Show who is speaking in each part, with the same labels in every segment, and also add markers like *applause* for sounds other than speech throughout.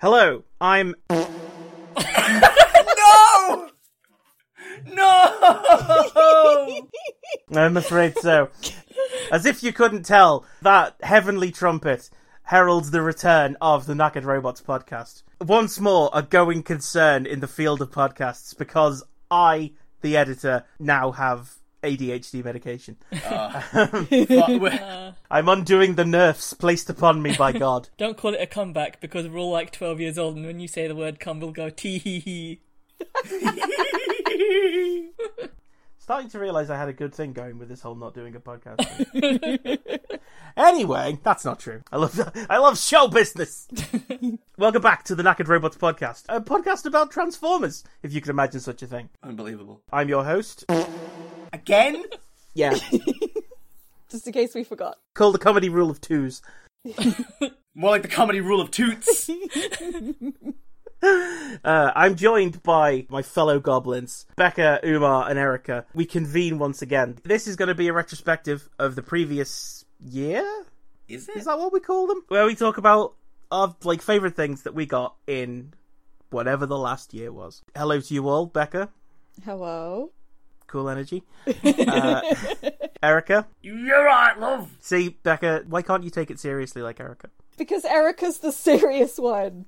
Speaker 1: Hello, I'm.
Speaker 2: no!
Speaker 3: *laughs*
Speaker 2: No!
Speaker 1: I'm afraid so. *laughs* As if you couldn't tell, that heavenly trumpet heralds the return of the Knackered Robots podcast. Once more, a going concern in the field of podcasts because I, the editor, now have ADHD medication. *laughs*
Speaker 2: But we're-
Speaker 1: I'm undoing the nerfs placed upon me by God.
Speaker 4: Don't call it a comeback because we're all like 12 years old, and when you say the word come, we'll go tee hee hee.
Speaker 1: Starting to realise I had a good thing going with this whole not doing a podcast. Thing. anyway, that's not true. I love I love show business. Welcome back to the Knackered Robots podcast, a podcast about Transformers, if you can imagine such a thing.
Speaker 2: Unbelievable.
Speaker 1: I'm your host.
Speaker 2: Again?
Speaker 1: Yeah,
Speaker 3: Just in case we forgot.
Speaker 1: *laughs* called the comedy rule of twos.
Speaker 2: More like the comedy rule
Speaker 1: *laughs*
Speaker 2: of toots.
Speaker 1: Uh, I'm joined by my fellow goblins, Becca, Umar, and Erica. We convene once again. This is going to be a retrospective of the previous year.
Speaker 2: Is it?
Speaker 1: Is that what we call them? Where we talk about our like favorite things that we got in whatever the last year was. Hello to you all, Becca.
Speaker 3: Hello.
Speaker 1: Cool energy. Uh, Erica,
Speaker 2: You're right, love.
Speaker 1: see Becca, why can't you take it seriously like Erica?
Speaker 3: Because Erica's the serious one.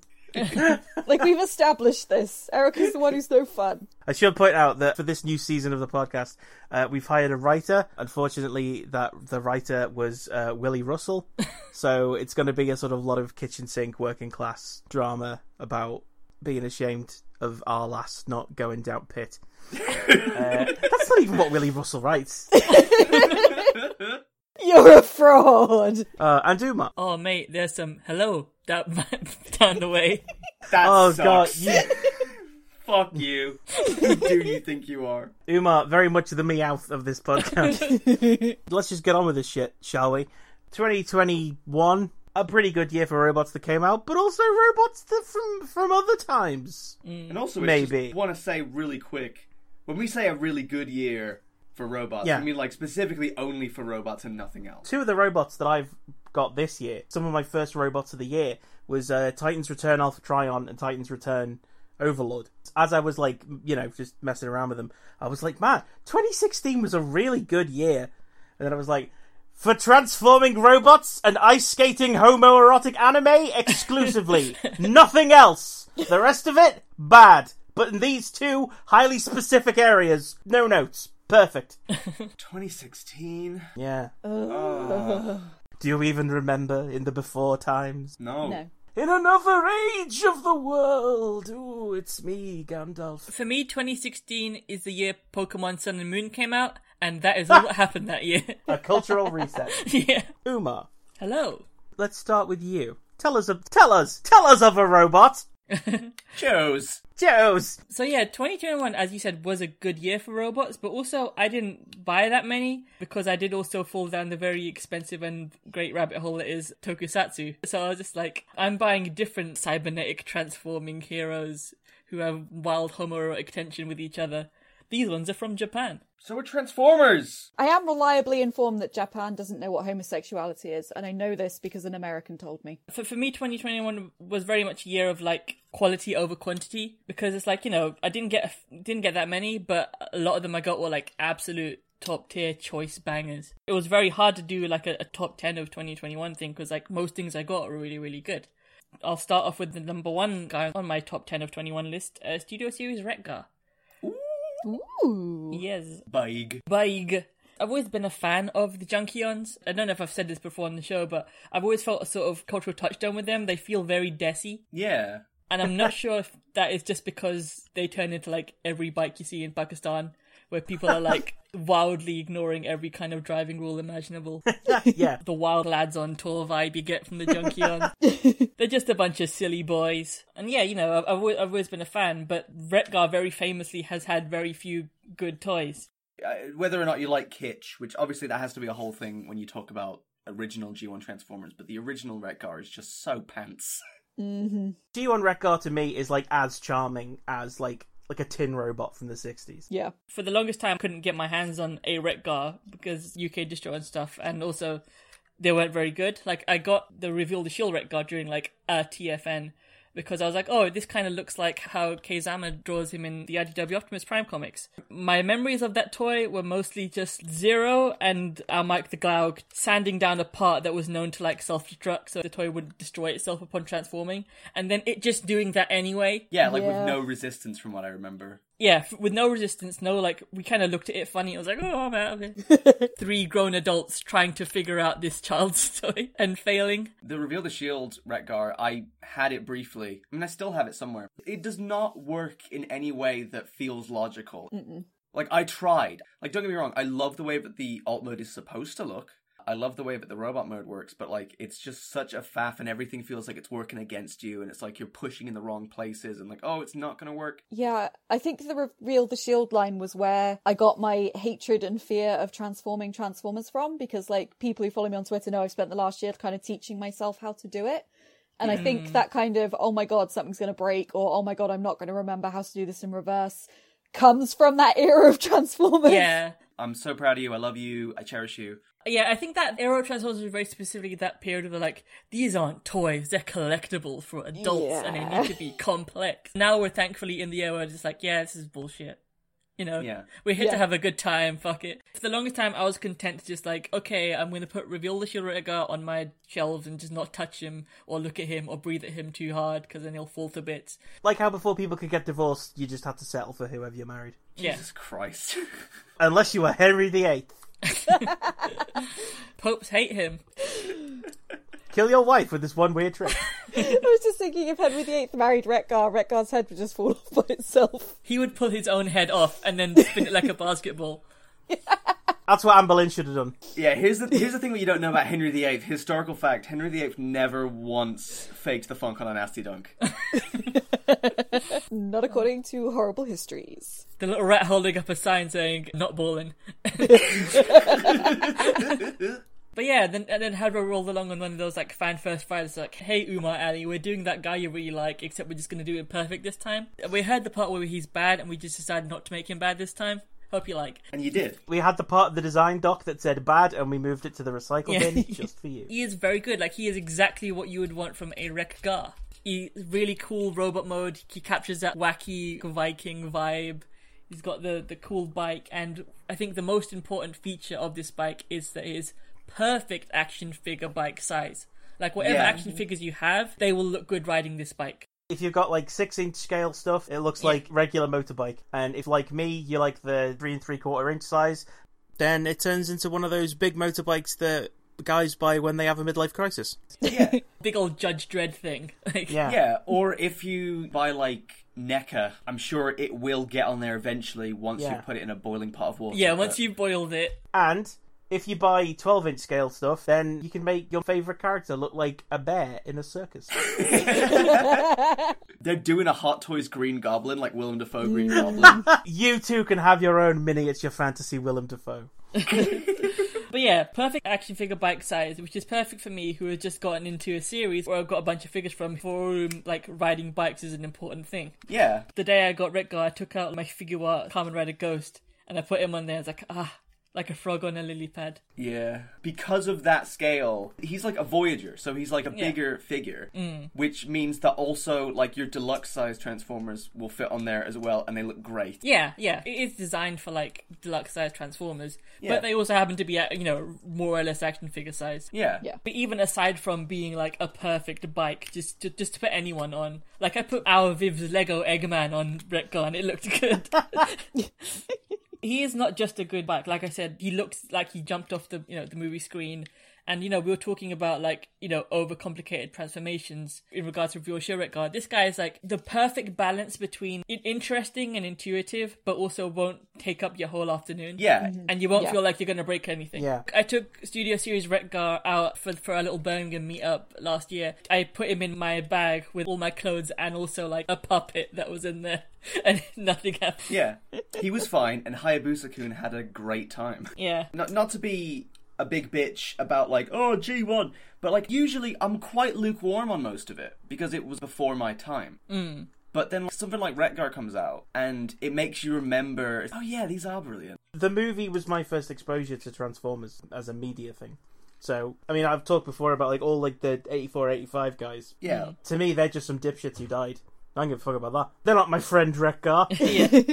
Speaker 3: like we've established this. Erica's the one who's no fun.
Speaker 1: I should point out that for this new season of the podcast, uh, we've hired a writer. Unfortunately, that the writer was uh, Willie Russell, so it's going to be a sort of lot of kitchen sink, working class drama about being ashamed of our last not going down pit. *laughs* uh, that's not even what Willie Russell writes.
Speaker 3: You're a fraud.
Speaker 1: Uh, and Uma.
Speaker 4: Oh, mate, there's some hello *laughs* down, down the way.
Speaker 2: That
Speaker 1: Oh god,
Speaker 2: sucks.
Speaker 1: you,
Speaker 2: *laughs* Fuck you. Who do you think you are?
Speaker 1: Uma, very much the meowth of this podcast. Let's just get on with this shit, shall we? 2021, a pretty good year for robots that came out, but also robots that from from other times.
Speaker 2: And also,
Speaker 1: Maybe.
Speaker 2: I want to say really quick when we say a really good year for robots,
Speaker 1: Yeah.
Speaker 2: we mean like specifically only for robots and nothing else.
Speaker 1: Two of the robots that I've got this year, some of my first robots of the year, was uh, Titan's Return Alpha Trion and Titan's Return Overlord. As I was like, you know, just messing around with them, I was like, man, 2016 was a really good year. And then I was like, for transforming robots and ice skating homoerotic anime exclusively. Nothing else. The rest of it, bad. But in these two highly specific areas, no notes. Perfect.
Speaker 2: 2016?
Speaker 1: Yeah. Do you even remember in the before times?
Speaker 2: No.
Speaker 3: No.
Speaker 1: In another age of the world. Ooh, it's me, Gandalf.
Speaker 4: For me, 2016 is the year Pokemon Sun and Moon came out, and that is all that happened that year. *laughs*
Speaker 1: A cultural reset.
Speaker 4: yeah.
Speaker 1: Uma,
Speaker 4: Hello.
Speaker 1: let's start with you. Tell us, of, tell us, tell us of a robot.
Speaker 2: Joe's.
Speaker 1: Joe's.
Speaker 4: So yeah, 2021, as you said, was a good year for robots, but also I didn't buy that many because I did also fall down the very expensive and great rabbit hole that is tokusatsu. So I was just like, I'm buying different cybernetic transforming heroes who have wild homoerotic tension with each other. These ones are from Japan.
Speaker 2: So we're Transformers.
Speaker 3: I am reliably informed that Japan doesn't know what homosexuality is, and I know this because an American told me.
Speaker 4: for, for me 2021 was very much a year of like quality over quantity because it's like you know i didn't get didn't get that many but a lot of them i got were like absolute top tier choice bangers it was very hard to do like a, a top 10 of 2021 thing because like most things i got were really really good i'll start off with the number one guy on my top 10 of 21 list uh, studio series retgar
Speaker 3: Ooh.
Speaker 4: yes
Speaker 2: Big.
Speaker 4: Big. I've always been a fan of the Junkions. I don't know if I've said this before on the show, but I've always felt a sort of cultural touchstone with them. They feel very desi.
Speaker 2: Yeah.
Speaker 4: And I'm not sure if that is just because they turn into like every bike you see in Pakistan, where people are like wildly ignoring every kind of driving rule imaginable.
Speaker 1: Yeah.
Speaker 4: the wild lads on tour vibe you get from the junkie on. They're just a bunch of silly boys. And yeah, you know, I've, I've, always, I've always been a fan, but Retgar very famously has had very few good toys.
Speaker 2: Uh, whether or not you like kitsch, which obviously that has to be a whole thing when you talk about original G1 Transformers, but the original Retgar is just so pants. *laughs*
Speaker 1: G1 Rekgar to me is like as charming as like like a tin robot from the 60s.
Speaker 3: Yeah.
Speaker 4: For the longest time, I couldn't get my hands on a Retgar because UK distro and stuff, and also they weren't very good. Like I got the reveal the shield Retgar during like a TFN, because I was like, oh, this kind of looks like how Keizama draws him in the IDW Optimus Prime comics. My memories of that toy were mostly just Zero and our Mike the Glaug sanding down a part that was known to like self destruct, so the toy would destroy itself upon transforming, and then it just doing that anyway.
Speaker 2: Yeah, like
Speaker 3: Yeah.
Speaker 2: with no resistance from what I remember.
Speaker 4: Yeah, f- with no resistance, no like, we kind of looked at it funny. I was like, oh man, okay. Three grown adults trying to figure out this child's *laughs* toy and failing.
Speaker 2: The Reveal the Shield Retgar, I had it briefly. I mean, I still have it somewhere. It does not work in any way that feels logical. Like, I tried. Like, don't get me wrong, I love the way that the alt mode is supposed to look. I love the way that the robot mode works, but like, it's just such a faff and everything feels like it's working against you and it's like you're pushing in the wrong places and like, oh, it's not gonna work.
Speaker 3: Yeah, I think the reveal the shield line was where I got my hatred and fear of transforming Transformers from because like people who follow me on Twitter know I've spent the last year kind of teaching myself how to do it. And I think that kind of oh my god something's going to break or oh my god I'm not going to remember how to do this in reverse comes from that era of Transformers.
Speaker 4: Yeah.
Speaker 2: I'm so proud of you. I love you. I cherish you.
Speaker 4: Yeah, I think that Aero Transformers was very specifically that period of the, like, these aren't toys, they're collectible for adults and they
Speaker 3: Yeah.
Speaker 4: need to be complex. Now we're thankfully in the era where it's just like, yeah, this is bullshit. You know?
Speaker 2: Yeah.
Speaker 4: We're here to
Speaker 3: Yeah.
Speaker 4: have a good time, fuck it. For the longest time, I was content to just like, okay, I'm gonna put Reveal the Shield Rega on my shelves and just not touch him or look at him or breathe at him too hard because then he'll fall to bits.
Speaker 1: Like how before people could get divorced, you just had to settle for whoever you married.
Speaker 4: Yeah.
Speaker 2: Jesus Christ. *laughs*
Speaker 1: Unless you were Henry VIII.
Speaker 4: Popes hate him.
Speaker 1: Kill your wife with this one weird trick.
Speaker 3: *laughs* I was just thinking if Henry VIII married Retgar, Retgar's head would just fall *laughs* off by itself.
Speaker 4: He would pull his own head off and then spin it like
Speaker 2: *laughs*
Speaker 4: a basketball.
Speaker 1: That's what Anne Boleyn should have done.
Speaker 2: Yeah, here's the here's the thing that you don't know about Henry VIII. Historical fact: Henry VIII never once faked the funk on a nasty dunk.
Speaker 3: Not according to horrible histories.
Speaker 4: The little rat holding up a sign saying "not balling." but yeah, then and then Hadro rolled along on one of those like fan first Fridays, like, "Hey Umar Ali, we're doing that guy you really like, except we're just gonna do it perfect this time." And We heard the part where he's bad, and we just decided not to make him bad this time. Hope you like.
Speaker 2: And you did.
Speaker 1: We had the part of the design doc that said bad, and we moved it to the recycle
Speaker 4: Yeah.
Speaker 1: bin just for you.
Speaker 4: He is very good. Like he is exactly what you would want from a Rekgar. He really cool robot mode. He captures that wacky Viking vibe. He's got the the cool bike, and I think the most important feature of this bike is that it is perfect action figure bike size. Like whatever
Speaker 2: Yeah.
Speaker 4: action figures you have, they will look good riding this bike.
Speaker 1: If you've got like six inch scale stuff, it looks like regular motorbike. And if like me, you like the three and three quarter inch size, then it turns into one of those big motorbikes that guys buy when they have a midlife crisis.
Speaker 2: Yeah,
Speaker 4: Big old Judge Dredd thing. *laughs* Like,
Speaker 1: Yeah.
Speaker 2: *laughs* yeah. Or if you buy like NECA, I'm sure it will get on there eventually once
Speaker 1: Yeah.
Speaker 2: you put it in a boiling pot of water.
Speaker 4: yeah. Once
Speaker 2: but-
Speaker 4: you boiled it,
Speaker 1: And if you buy 12 inch scale stuff, then you can make your favourite character look like a bear in a circus.
Speaker 2: they're doing a Hot Toys Green Goblin like Willem Dafoe Green Goblin.
Speaker 1: you too can have your own miniature fantasy Willem Dafoe.
Speaker 4: But yeah, perfect action figure bike size, which is perfect for me who has just gotten into a series where I've got a bunch of figures from for whom like riding bikes is an important thing.
Speaker 2: Yeah,
Speaker 4: The day I got Retgar, I took out my figure art Carmen Rider Ghost and I put him on there. It's like ah, like a frog on a lily pad.
Speaker 2: Yeah. Because of that scale, he's like a Voyager, so he's like a bigger figure,
Speaker 4: Mm.
Speaker 2: which means that also like your deluxe size Transformers will fit on there as well, and they look great.
Speaker 4: Yeah, yeah, it is designed for like deluxe size Transformers,
Speaker 2: Yeah.
Speaker 4: but they also happen to be at you know more or less action figure size.
Speaker 2: Yeah.
Speaker 3: Yeah.
Speaker 4: But even aside from being like a perfect bike, just to, just to put anyone on, like I put our Viv's Lego Eggman on Retgar and it looked good. *laughs* he is not just a good bike. Like I said, he looks like he jumped off the you know the movie screen. And you know we were talking about like you know overcomplicated transformations in regards to Vio Shiretgar. This guy is like the perfect balance between i- interesting and intuitive, but also won't take up your whole afternoon
Speaker 2: Yeah.
Speaker 4: and you won't
Speaker 3: Yeah.
Speaker 4: feel like you're going to break anything.
Speaker 1: Yeah.
Speaker 4: I took Studio Series Retgar out for for a little Birmingham meetup last year. I put him in my bag with all my clothes and also like a puppet that was in there, *laughs* and nothing happened.
Speaker 2: Yeah. He was fine, and Hayabusa kun had a great time.
Speaker 4: Yeah.
Speaker 2: Not, not to be a big bitch about like, oh, G1, but like, usually I'm quite lukewarm on most of it because it was before my time. Mm. But then like, something like Retgar comes out, and it makes you remember, oh, yeah, these are brilliant.
Speaker 1: The movie was my first exposure to Transformers as a media thing. So, I mean, I've talked before about like all like the 84, 85 guys.
Speaker 2: Yeah,
Speaker 1: To me, they're just some dipshits who died. I don't give a fuck about that. They're not my friend,
Speaker 2: *laughs*
Speaker 1: Rekgar.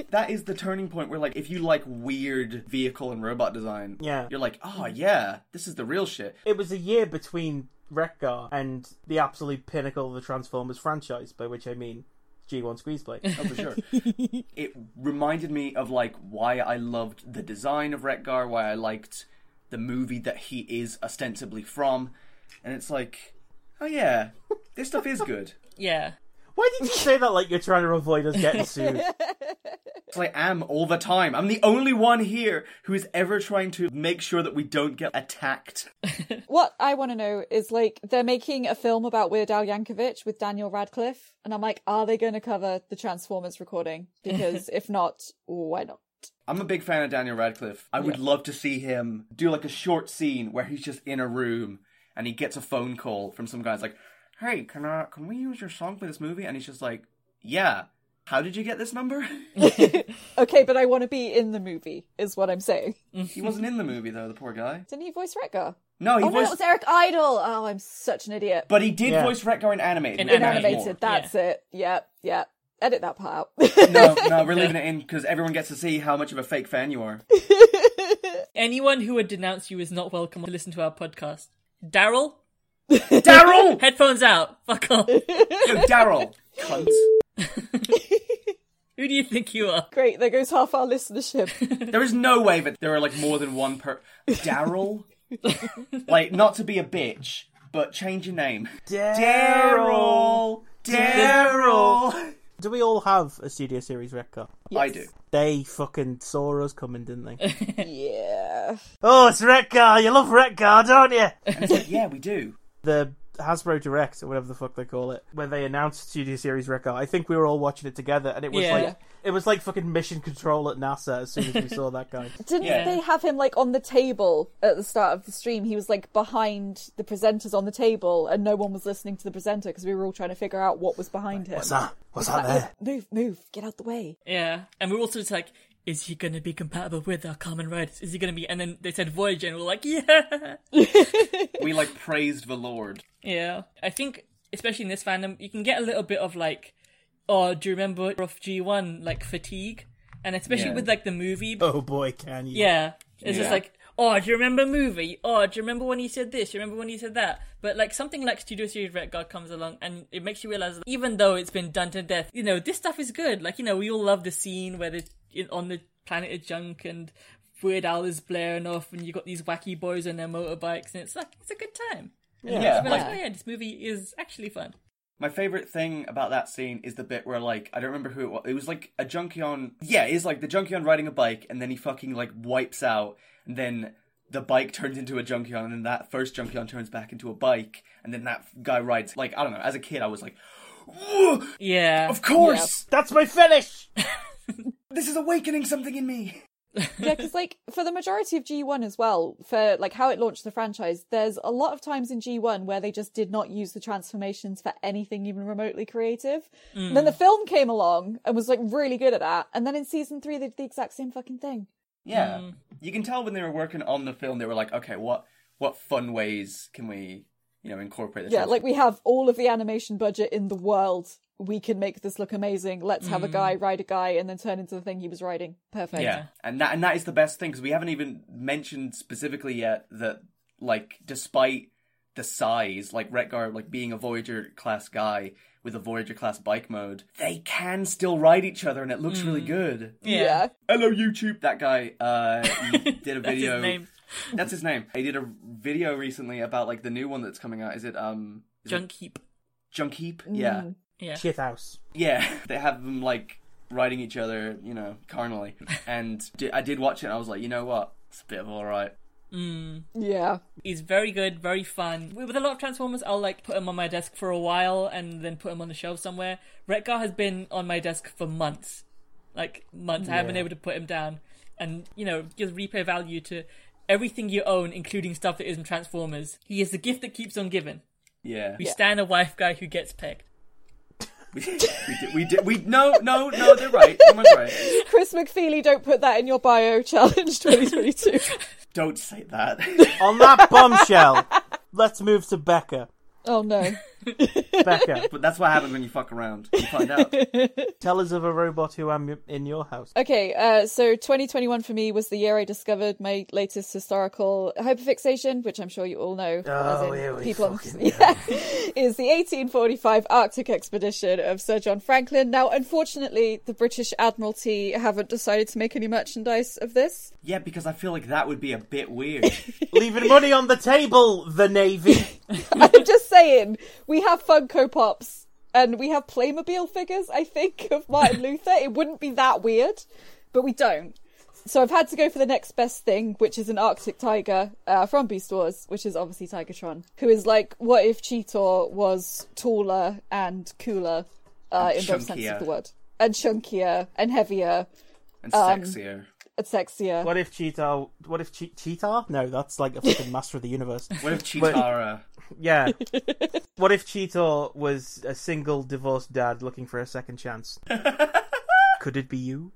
Speaker 2: that is the turning point where like if you like weird vehicle and robot design,
Speaker 1: Yeah.
Speaker 2: you're like, oh yeah, this is the real shit.
Speaker 1: it was a year between Rekgar and the absolute pinnacle of the Transformers franchise, by which I mean G1 Squeezeblade.
Speaker 2: *laughs* Oh, for sure. it reminded me of like why I loved the design of Retgar, why I liked the movie that he is ostensibly from, and it's like, oh yeah, this stuff is good.
Speaker 4: Yeah.
Speaker 1: Why did you say that like you're trying to avoid us getting
Speaker 2: *laughs*
Speaker 1: sued?
Speaker 2: It's like I am all the time. I'm the only one here who is ever trying to make sure that we don't get attacked.
Speaker 3: What I want to know is like they're making a film about Weird Al Yankovic with Daniel Radcliffe, and I'm like, are they going to cover the Transformers recording? Because if not, why not?
Speaker 2: I'm a big fan of Daniel Radcliffe. I would love to see him do like a short scene where he's just in a room and he gets a phone call from some guys like, "Hey, can I can we use your song for this movie?" And he's just like, "Yeah." How did you get this number? *laughs*
Speaker 3: Okay, but I want to be in the movie, is what I'm saying.
Speaker 2: he wasn't in the movie though, the poor guy.
Speaker 3: Didn't he voice Retgar?
Speaker 2: No, he
Speaker 3: Oh no,
Speaker 2: voiced,
Speaker 3: it was Eric Idle. Oh, I'm such an idiot.
Speaker 2: but he did
Speaker 1: Yeah.
Speaker 2: voice Retgar in animated.
Speaker 4: In
Speaker 2: which
Speaker 3: In
Speaker 2: matters
Speaker 3: animated,
Speaker 2: more.
Speaker 3: that's it. Yep, yep. Edit that part out.
Speaker 2: *laughs*
Speaker 3: *laughs*
Speaker 2: No, no, we're leaving it in because everyone gets to see how much of a fake fan you
Speaker 3: *laughs*
Speaker 2: are.
Speaker 4: Anyone who would denounce you is not welcome to listen to our podcast. Daryl,
Speaker 2: Daryl,
Speaker 4: headphones out. Fuck off. *laughs*
Speaker 2: Yo, Daryl, cunt.
Speaker 4: Who do you think you are?
Speaker 3: Great, there goes half our listenership.
Speaker 2: *laughs* There is no way that there are like more than one per Daryl. like not to be a bitch, but change your name. Daryl, Daryl.
Speaker 1: Do we all have a Studio Series Rekgar?
Speaker 2: I do.
Speaker 1: They fucking saw us coming, didn't they?
Speaker 3: yeah.
Speaker 1: oh, it's Rekgar! You love Rekgar, don't you? *laughs*
Speaker 2: And it's like, yeah, we do.
Speaker 1: the Hasbro Direct, or whatever the fuck they call it, when they announced Studio Series Rekgar, I think we were all watching it together, and it was
Speaker 4: Yeah.
Speaker 1: like it was like fucking mission control at NASA as soon as we saw that
Speaker 4: *laughs*
Speaker 1: guy.
Speaker 3: Didn't
Speaker 2: Yeah.
Speaker 3: they have him like on the table at the start of the stream? He was like behind the presenters on the table, and no one was listening to the presenter because we were all trying to figure out what was behind him.
Speaker 1: What's that? What's that there?
Speaker 3: Move, move, get out the way.
Speaker 4: Yeah. And we're also just like, is he going to be compatible with our common riders? Is he going to be? And then they said Voyager, and we're like, yeah.
Speaker 2: We like praised the Lord.
Speaker 4: Yeah. I think, especially in this fandom, you can get a little bit of like, oh, do you remember rough G1, like fatigue? And especially
Speaker 2: Yeah.
Speaker 4: with like the movie.
Speaker 1: *laughs* Oh boy, can you?
Speaker 4: Yeah. It's
Speaker 2: Yeah.
Speaker 4: just like, oh, do you remember movie? Oh, do you remember when he said this? Do you remember when he said that? But like something like Studio Series Red God comes along and it makes you realize that even though it's been done to death, you know, this stuff is good. Like, you know, we all love the scene where they're in- on the planet of junk and Weird Al is blaring off and you got these wacky boys on their motorbikes and it's like, it's a good time.
Speaker 2: Yeah,
Speaker 4: But
Speaker 2: like
Speaker 4: like, oh yeah, this movie is actually fun.
Speaker 2: My favorite thing about that scene is the bit where, like, I don't remember who it was. It was like a junkie on. Yeah, it's like the junkie on riding a bike, and then he fucking like wipes out, and then the bike *laughs* turns into a junkie on, and then that first junkie on turns back into a bike, and then that guy rides. Like, I don't know. As a kid, I was like, "Whoa,
Speaker 4: Yeah.
Speaker 2: of course,
Speaker 1: That's my finish.
Speaker 2: this is awakening something in me. *laughs*
Speaker 3: yeah, because like for the majority of G1 as well, for like how it launched the franchise, there's a lot of times in G1 where they just did not use the transformations for anything even remotely creative. And then the film came along and was like really good at that. And then in season three, they did the exact same fucking thing.
Speaker 2: Yeah,
Speaker 3: Mm.
Speaker 2: you can tell when they were working on the film, they were like, okay, what what fun ways can we, you know, incorporate this?
Speaker 3: Yeah, like we have all of the animation budget in the world. We can make this look amazing. Let's have a guy ride a guy and then turn into the thing he was riding. Perfect.
Speaker 2: Yeah, and that and that is the best thing because we haven't even mentioned specifically yet that like despite the size, like Retgar, like being a Voyager class guy with a Voyager class bike mode, they can still ride each other, and it looks
Speaker 4: Mm.
Speaker 2: really good.
Speaker 4: Yeah.
Speaker 3: Yeah.
Speaker 2: Hello YouTube, that guy uh,
Speaker 4: *laughs*
Speaker 2: he did a
Speaker 4: That's
Speaker 2: video.
Speaker 4: his name.
Speaker 2: That's his name. He did a video recently about like the new one that's coming out. Is it um is it
Speaker 4: Junk heap.
Speaker 2: Junk Heap?
Speaker 4: Mm.
Speaker 2: Yeah,
Speaker 4: Yeah.
Speaker 1: Shit house.
Speaker 2: yeah, *laughs* they have them like riding each other, you know, carnally. And di- I did watch it, and I was like, you know what, it's a bit of all right.
Speaker 3: Yeah.
Speaker 4: He's very good, very fun. With a lot of Transformers, I'll like put him on my desk for a while and then put him on the shelf somewhere. Retgar has been on my desk for months, like months. I haven't been able to put him down, and you know gives replay value to everything you own, including stuff that isn't Transformers. He is the gift that keeps on giving.
Speaker 2: Yeah.
Speaker 4: We stand a wife guy who gets pegged.
Speaker 2: *laughs* We, we did. We did. We no, no, no. They're right. Someone's right.
Speaker 3: Chris McFeely, don't put that in your bio *laughs* challenge 2022.
Speaker 2: Don't say that.
Speaker 1: On that
Speaker 4: *laughs*
Speaker 1: bombshell, let's move to Becca.
Speaker 3: oh no.
Speaker 1: Becca,
Speaker 2: But that's what happens when you fuck around. You find out.
Speaker 1: tell us of a robot who am in your house.
Speaker 3: Okay, uh, so 2021 for me was the year I discovered my latest historical hyperfixation, which I'm sure you all know. as in
Speaker 1: here Oh, we
Speaker 3: people
Speaker 1: fucking
Speaker 3: *laughs* yeah, is the 1845 Arctic expedition of Sir John Franklin. Now, unfortunately, the British Admiralty haven't decided to make any merchandise of this.
Speaker 2: Yeah, because I feel like that would be a bit weird.
Speaker 1: Leaving money on the table, the Navy.
Speaker 4: *laughs*
Speaker 3: I'm just saying, we have Funko Pops and we have Playmobil figures, I think, of Martin Luther. It wouldn't be that weird, but we don't. So I've had to go for the next best thing, which is an Arctic tiger uh, from Beast Wars, which is obviously Tigertron, who is like, what if Cheetor was taller and cooler uh, in both senses
Speaker 2: chunkier.
Speaker 3: of the word? And chunkier and heavier
Speaker 2: And sexier.
Speaker 3: and sexier.
Speaker 1: What if Cheetah? What if che- Cheetah? No, that's like a fucking master of the universe.
Speaker 2: What if Chitara?
Speaker 1: Yeah. what if Cheetah was a single divorced dad looking for a second chance? Could it be you?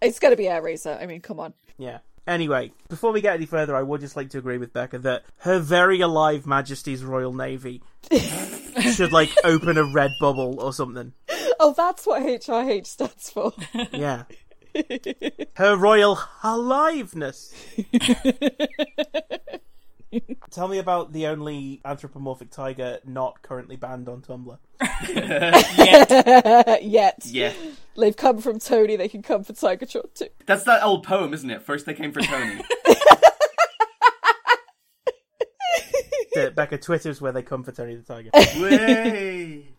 Speaker 3: It's going to be Air Razor. I mean, come on.
Speaker 1: Yeah. Anyway, before we get any further, I would just like to agree with Becca that her very alive Majesty's Royal Navy should like open a red bubble or something.
Speaker 3: Oh, that's what HRH stands for.
Speaker 1: Yeah. Her royal aliveness. Tell me about the only anthropomorphic tiger not currently banned on Tumblr.
Speaker 3: Yet.
Speaker 2: Yeah.
Speaker 3: They've come from Tony, they can come for Tigertron too.
Speaker 2: That's that old poem, isn't it? First they came for Tony.
Speaker 1: Uh, Becca, Twitter's where they come for Tony the Tiger.
Speaker 2: Way.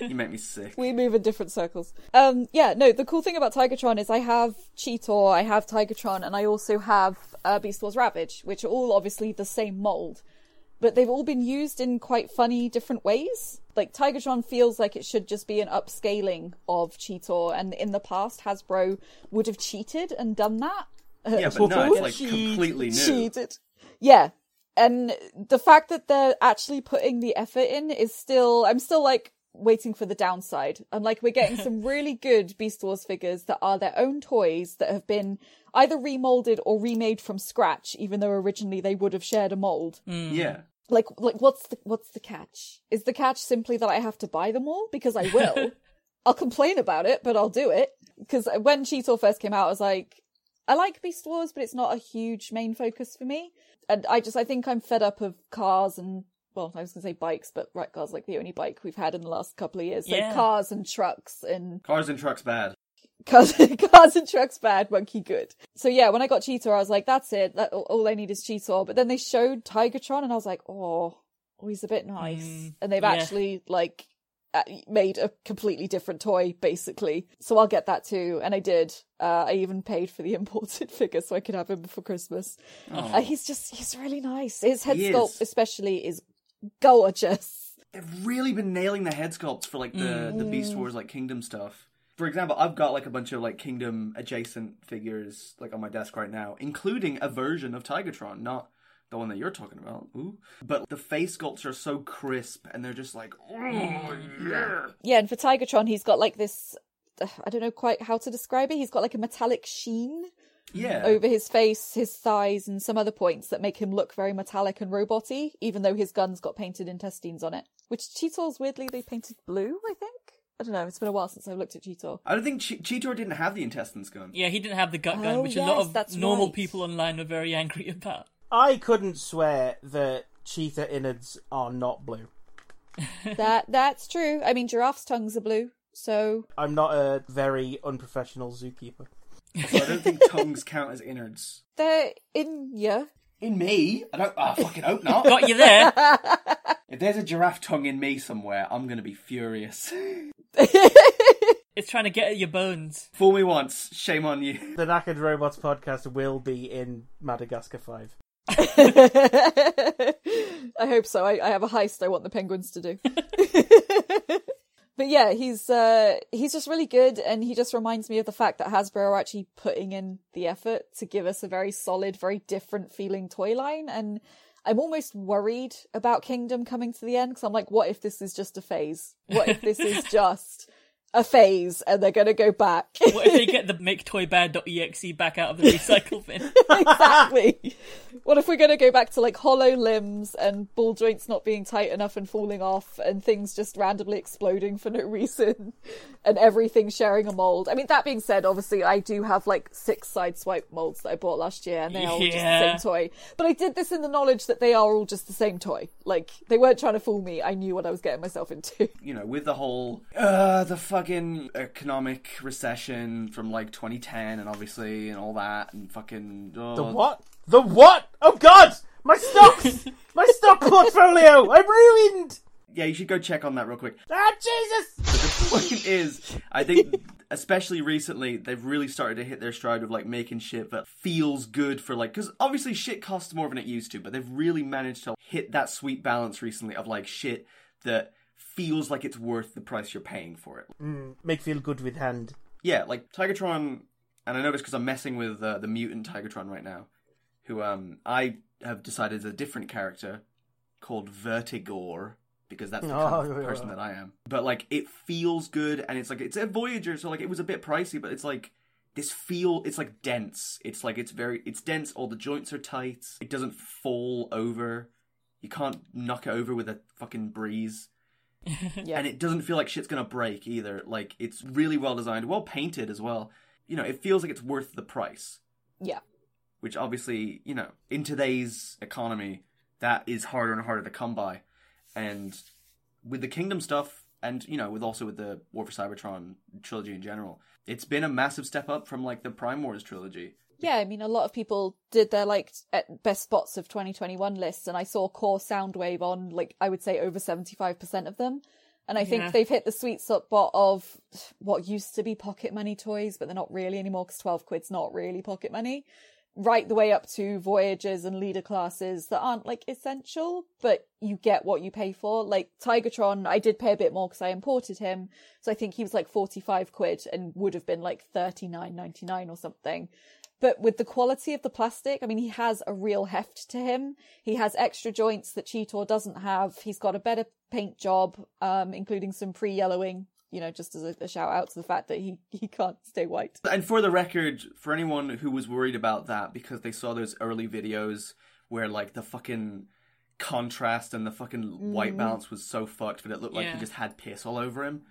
Speaker 2: You make me sick.
Speaker 3: We move in different circles. Um, yeah, no, the cool thing about Tigertron is I have Cheetor, I have Tigertron, and I also have uh, Beast Wars Ravage, which are all obviously the same mold. But they've all been used in quite funny different ways. Like Tigertron feels like it should just be an upscaling of Cheetor, and in the past Hasbro would have cheated and done that.
Speaker 2: Yeah, but no, it's like
Speaker 1: Cheat.
Speaker 2: completely new.
Speaker 3: cheated. Yeah. And the fact that they're actually putting the effort in is still, I'm still like waiting for the downside. I'm like, we're getting some really good Beast Wars figures that are their own toys that have been either remolded or remade from scratch, even though originally they would have shared a mold.
Speaker 2: Yeah.
Speaker 3: Like, like what's the, what's the catch? Is the catch simply that I have to buy them all? Because I will. I'll complain about it, but I'll do it. Because when Cheetor first came out, I was like, I like Beast Wars, but it's not a huge main focus for me. And I just, I think I'm fed up of cars and, well, I was going to say bikes, but right, cars like the only bike we've had in the last couple of years. So
Speaker 4: Yeah.
Speaker 3: cars and trucks and
Speaker 2: Cars and trucks bad.
Speaker 3: cars, *laughs* cars and trucks bad, monkey good. So yeah, when I got Cheetor, I was like, that's it. That, all- all I need is Cheetor. But then they showed Tigertron, and I was like, oh, oh, he's a bit
Speaker 2: Hmm.
Speaker 3: nice.
Speaker 4: Mm,
Speaker 3: and they've
Speaker 4: yeah.
Speaker 3: actually like uh, made a completely different toy, basically. So I'll get that too. And I did. Uh, I even paid for the *laughs* imported figure so I could have him for Christmas. Uh, he's just, he's really nice. His head
Speaker 2: He is.
Speaker 3: sculpt, especially, is gorgeous.
Speaker 2: They've really been nailing the head sculpts for like the, the Beast Wars like Kingdom stuff. For example, I've got like a bunch of like Kingdom adjacent figures like on my desk right now, including a version of Tigertron, not the one that you're talking about. Ooh. But the face sculpts are so crisp and they're just like, oh yeah.
Speaker 3: Yeah, and for Tigertron, he's got like this. uh, I don't know quite how to describe it. He's got like a metallic sheen
Speaker 2: Yeah.
Speaker 3: over his face, his thighs, and some other points that make him look very metallic and roboty, even though his gun's got painted intestines on it. Which Cheetor's weirdly they painted blue, I think. I don't know. It's been a while since I've looked at Cheetor.
Speaker 2: I don't think che- Cheetor didn't have the intestines gun.
Speaker 4: Yeah, he didn't have the gut gun,
Speaker 3: Oh,
Speaker 4: which a lot
Speaker 3: yes,
Speaker 4: of
Speaker 3: that's
Speaker 4: normal
Speaker 3: right.
Speaker 4: people online were very *laughs* angry about.
Speaker 1: I couldn't swear that cheetah innards are not blue.
Speaker 3: that that's true. I mean, giraffe's tongues are blue, so
Speaker 1: I'm not a very unprofessional zookeeper.
Speaker 2: So I don't think tongues count as innards.
Speaker 3: they're in yeah.
Speaker 2: In me? I don't. I fucking hope not.
Speaker 4: Got you
Speaker 3: *laughs*
Speaker 4: there.
Speaker 2: If there's a giraffe tongue in me somewhere, I'm gonna be furious. *laughs*
Speaker 4: it's trying to get at your bones.
Speaker 2: Fool me once, shame on you.
Speaker 1: The Knackered Robots podcast will be in Madagascar 5.
Speaker 3: *laughs* I hope so. I, I have a heist I want the penguins to do. *laughs* but yeah, he's uh, he's just really good, and he just reminds me of the fact that Hasbro are actually putting in the effort to give us a very solid, very different feeling toy line. And I'm almost worried about Kingdom coming to the end because I'm like, what if this is just a phase? What if this is just a phase and they're going to go back? *laughs*
Speaker 4: What if they get the maketoybad.exe E back out of the recycle bin?
Speaker 3: *laughs* exactly. What if we're going to go back to like hollow limbs and ball joints not being tight enough and falling off and things just randomly exploding for no *laughs* reason and everything sharing a mold? I mean, that being said, obviously, I do have like six sideswipe molds that I bought last year and they're all just the
Speaker 4: Yeah.
Speaker 3: same toy. But I did this in the knowledge that they are all just the same toy. Like, they weren't trying to fool me. I knew what I was getting myself into.
Speaker 2: you know, with the whole uh the fucking economic recession from like 2010 and obviously and all that and fucking uh,
Speaker 1: The what? The what? Oh god! My stocks! My stock portfolio! I'm ruined!
Speaker 2: Yeah, you should go check on that real quick.
Speaker 1: Ah, Jesus!
Speaker 2: The point is, I
Speaker 1: *laughs*
Speaker 2: think especially recently they've really started to hit their stride of like making shit that feels good for like because obviously shit costs more than it used to, but they've really managed to hit that sweet balance recently of like shit that feels like it's worth the price you're paying for it.
Speaker 1: Make feel good with hand.
Speaker 2: yeah, like Tigertron, and I know this because I'm messing with uh, the mutant Tigertron right now, who um I have decided is a different character called Vertigor because that's the kind
Speaker 1: Oh,
Speaker 2: of
Speaker 1: yeah.
Speaker 2: person that I am. But like, it feels good, and it's like it's a Voyager, so like it was a bit pricey, but it's like this feel. It's like dense. It's like it's very it's dense. All the joints are tight. It doesn't fall over. You can't knock it over with a fucking breeze
Speaker 3: Yeah.
Speaker 2: and it doesn't feel like shit's gonna break either. Like it's really well designed, well painted as well. You know, it feels like it's worth the price,
Speaker 3: yeah.
Speaker 2: which obviously, you know, in today's economy, that is harder and harder to come by. And with the Kingdom stuff, and you know, with also with the War for Cybertron trilogy in general, it's been a massive step up from like the Prime Wars trilogy.
Speaker 3: Yeah, I mean, a lot of people did their like at best spots of 2021 lists, and I saw core Soundwave on like I would say over 75% of them. And I think
Speaker 4: Yeah.
Speaker 3: they've hit the sweet spot of what used to be pocket money toys, but they're not really anymore because 12 quid's not really pocket money. Right the way up to voyages and leader classes that aren't like essential, but you get what you pay for. Like Tigertron, I did pay a bit more because I imported him. So I think he was like 45 quid and would have been like 39.99 or something but with the quality of the plastic, I mean, he has a real heft to him. He has extra joints that Cheetor doesn't have. He's got a better paint job, um, including some pre-yellowing. You know, just as a, a shout out to the fact that he he can't stay white.
Speaker 2: And for the record, for anyone who was worried about that because they saw those early videos where like the fucking contrast and the fucking white balance was so fucked that it looked like he
Speaker 4: Yeah.
Speaker 2: just had piss all over him.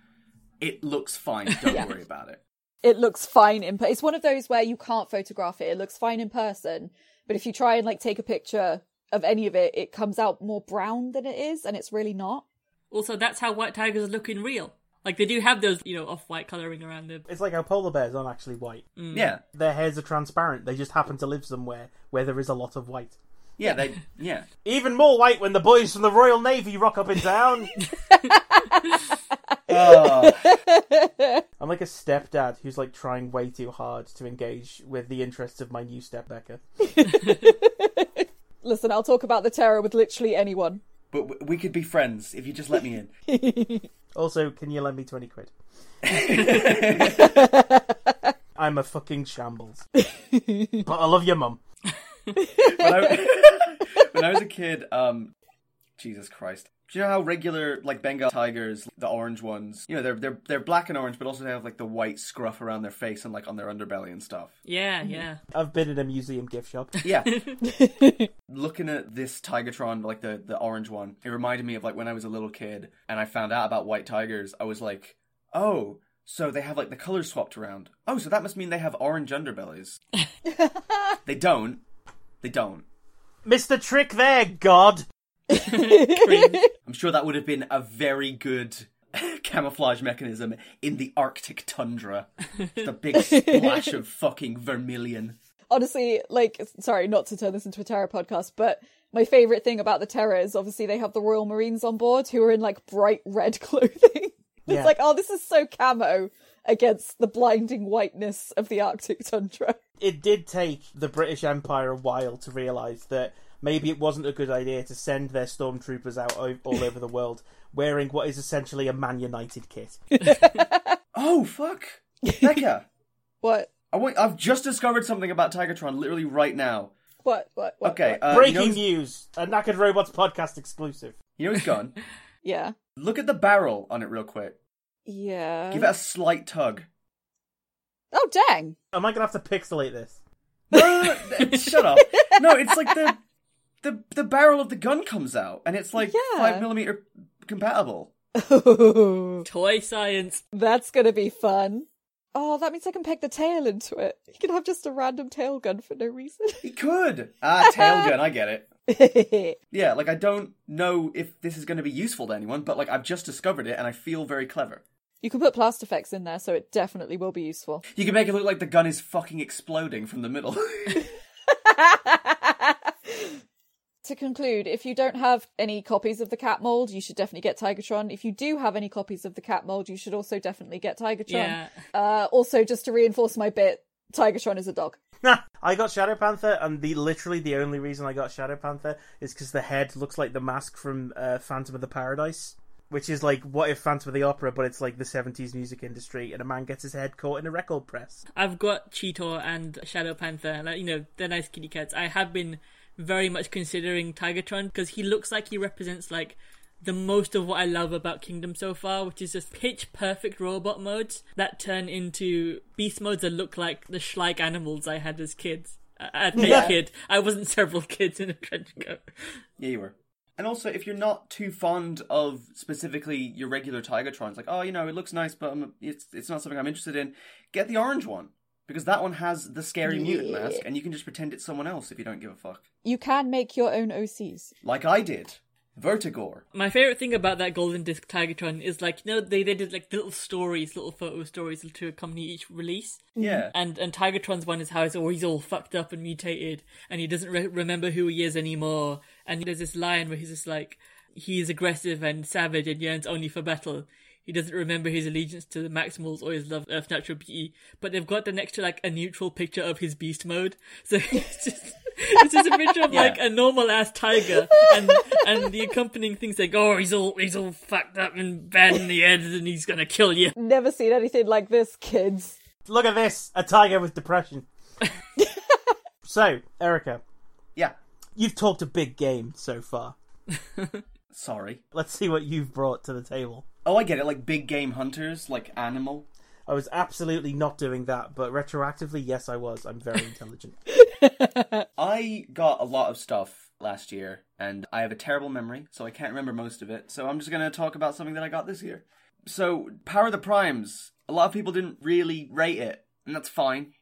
Speaker 2: It looks fine. Don't
Speaker 3: Yeah.
Speaker 2: worry about it.
Speaker 3: It looks fine in. Per- it's one of those where you can't photograph it. It looks fine in person, but if you try and like take a picture of any of it, it comes out more brown than it is, and it's really not.
Speaker 4: *laughs* Also, that's how white tigers look in real. Like they do have those, you know, off-white coloring around them.
Speaker 1: It's like how polar bears aren't actually white.
Speaker 2: Yeah,
Speaker 1: Their hairs are transparent, they just happen to live somewhere where there is a lot of white.
Speaker 2: yeah, they, yeah.
Speaker 1: Even more white when the boys from the Royal Navy rock up in town! Ah.
Speaker 2: Oh,
Speaker 1: I'm like a stepdad who's like trying way too hard to engage with the interests of my new stepbecker.
Speaker 3: Listen, I'll talk about the terror with literally anyone.
Speaker 2: but w- we could be friends if you just let me in.
Speaker 1: Also, can you lend me 20 quid? I'm a fucking shambles. but I love your mum.
Speaker 2: when, I, when I was a kid, um, Jesus Christ. Do you know how regular like Bengal tigers, the orange ones, you know, they're they're they're black and orange, but also they have like the white scruff around their face and like on their underbelly and stuff.
Speaker 4: Yeah, yeah.
Speaker 1: I've been in a museum gift shop.
Speaker 2: Yeah. Looking at this Tigertron, like the the orange one, it reminded me of like when I was a little kid and I found out about white tigers. I was like, oh, so they have like the colors swapped around. Oh, so that must mean they have orange underbellies. they don't. They don't.
Speaker 1: Mr. Trick there, God!
Speaker 4: Green.
Speaker 2: I'm sure that would have been a very good *laughs* camouflage mechanism in the Arctic tundra. Just a big splash of fucking vermilion.
Speaker 3: honestly, like, sorry, not to turn this into a terror podcast, but my favorite thing about the terror is obviously they have the Royal Marines on board who are in like bright red *laughs* clothing. it's
Speaker 1: Yeah.
Speaker 3: like, oh, this is so camo against the blinding whiteness of the Arctic tundra.
Speaker 1: It did take the British Empire a while to realise that maybe it wasn't a good idea to send their stormtroopers out o- all over the world wearing what is essentially a Man United
Speaker 2: *laughs*
Speaker 1: kit.
Speaker 2: Uh, Oh fuck, Becca!
Speaker 3: What?
Speaker 2: I want, I've just discovered something about Tigertron literally right now.
Speaker 3: What? What? what
Speaker 2: Okay,
Speaker 3: what?
Speaker 2: uh, you know
Speaker 1: Breaking
Speaker 2: who's-
Speaker 1: news: a Knackered Robots podcast exclusive.
Speaker 2: You know who's *laughs* gone?
Speaker 3: yeah.
Speaker 2: Look at the barrel on it real quick.
Speaker 3: Yeah.
Speaker 2: Give it a slight tug.
Speaker 3: Oh dang! *laughs*
Speaker 1: Am I gonna have to pixelate this? *laughs*
Speaker 2: No, no, *laughs* no, th- shut up. No, it's like the the the barrel of the gun comes out, and it's like
Speaker 3: Yeah.
Speaker 2: five millimeter compatible.
Speaker 4: Toy science.
Speaker 3: That's gonna be fun. Oh, that means I can peg the tail into it. You can have just a random tail gun for no reason. *laughs*
Speaker 2: It could. *laughs* Ah, tail gun. I get it. Yeah, like I don't know if this is going to be useful to anyone, but like I've just discovered it, and I feel very clever.
Speaker 3: you can put plaster effects in there, so it definitely will be useful. *laughs*
Speaker 2: You can make it look like the gun is fucking exploding from the middle. *laughs*
Speaker 3: to conclude, if you don't have any copies of the cat mold, you should definitely get Tigertron. If you do have any copies of the cat mold, you should also definitely get Tigertron.
Speaker 4: Yeah.
Speaker 3: Uh, also, just to reinforce my bit, Tigertron is a dog.
Speaker 1: Nah, I got Shadow Panther, and the literally the only reason I got Shadow Panther is because the head looks like the mask from uh, Phantom of the Paradise, which is like what if Phantom of the Opera, but it's like the seventies music industry, and a man gets his head caught in a record press.
Speaker 4: I've got Cheetor and Shadow Panther. Like you know, they're nice kitty cats. I have been very much considering Tigertron because he looks like he represents like the most of what I love about Kingdom so far, which is just pitch perfect robot modes that turn into beast modes that look like the Schleich animals I had as kids. I, I
Speaker 3: Yeah.
Speaker 4: yeah. kid. I wasn't *laughs* several kids in a trench coat.
Speaker 2: Yeah, you were. And also, if you're not too fond of specifically your regular Tigertrons, like oh, you know, it looks nice, but i it's it's not something I'm interested in. Get the orange one because that one has the scary mutant
Speaker 3: Yeah.
Speaker 2: mask, and you can just pretend it's someone else if you don't give a fuck,
Speaker 3: You can make your own OCs.
Speaker 2: like I did. Vertigor.
Speaker 4: My favorite thing about that Golden Disc Tigertron is like, you know, they, they did like little stories, little photo stories to accompany each release.
Speaker 2: Yeah.
Speaker 4: And and Tigertron's one is how he's all, he's all fucked up and mutated, and he doesn't re- remember who he is anymore. And there's this line where he's just like, he's aggressive and savage and yearns only for battle. He doesn't remember his allegiance to the Maximals or his love of natural beauty. But they've got the next to like a neutral picture of his beast mode, so *laughs* it's just. It's just a picture of like a normal ass tiger, and and the accompanying things like, oh, he's all he's all fucked up and bad in the head, and he's gonna kill you.
Speaker 3: Never seen anything like this, kids.
Speaker 1: Look at this, a tiger with depression. so, Erica,
Speaker 2: Yeah.
Speaker 1: you've talked a big game so far.
Speaker 2: Sorry.
Speaker 1: Let's see what you've brought to the table.
Speaker 2: Oh, I get it. Like big game hunters, like animal.
Speaker 1: I was absolutely not doing that, but retroactively, yes, I was. I'm very intelligent.
Speaker 2: I got a lot of stuff last year, and I have a terrible memory, so I can't remember most of it. So I'm just going to talk about something that I got this year. So, Power of the Primes, a lot of people didn't really rate it, and that's fine.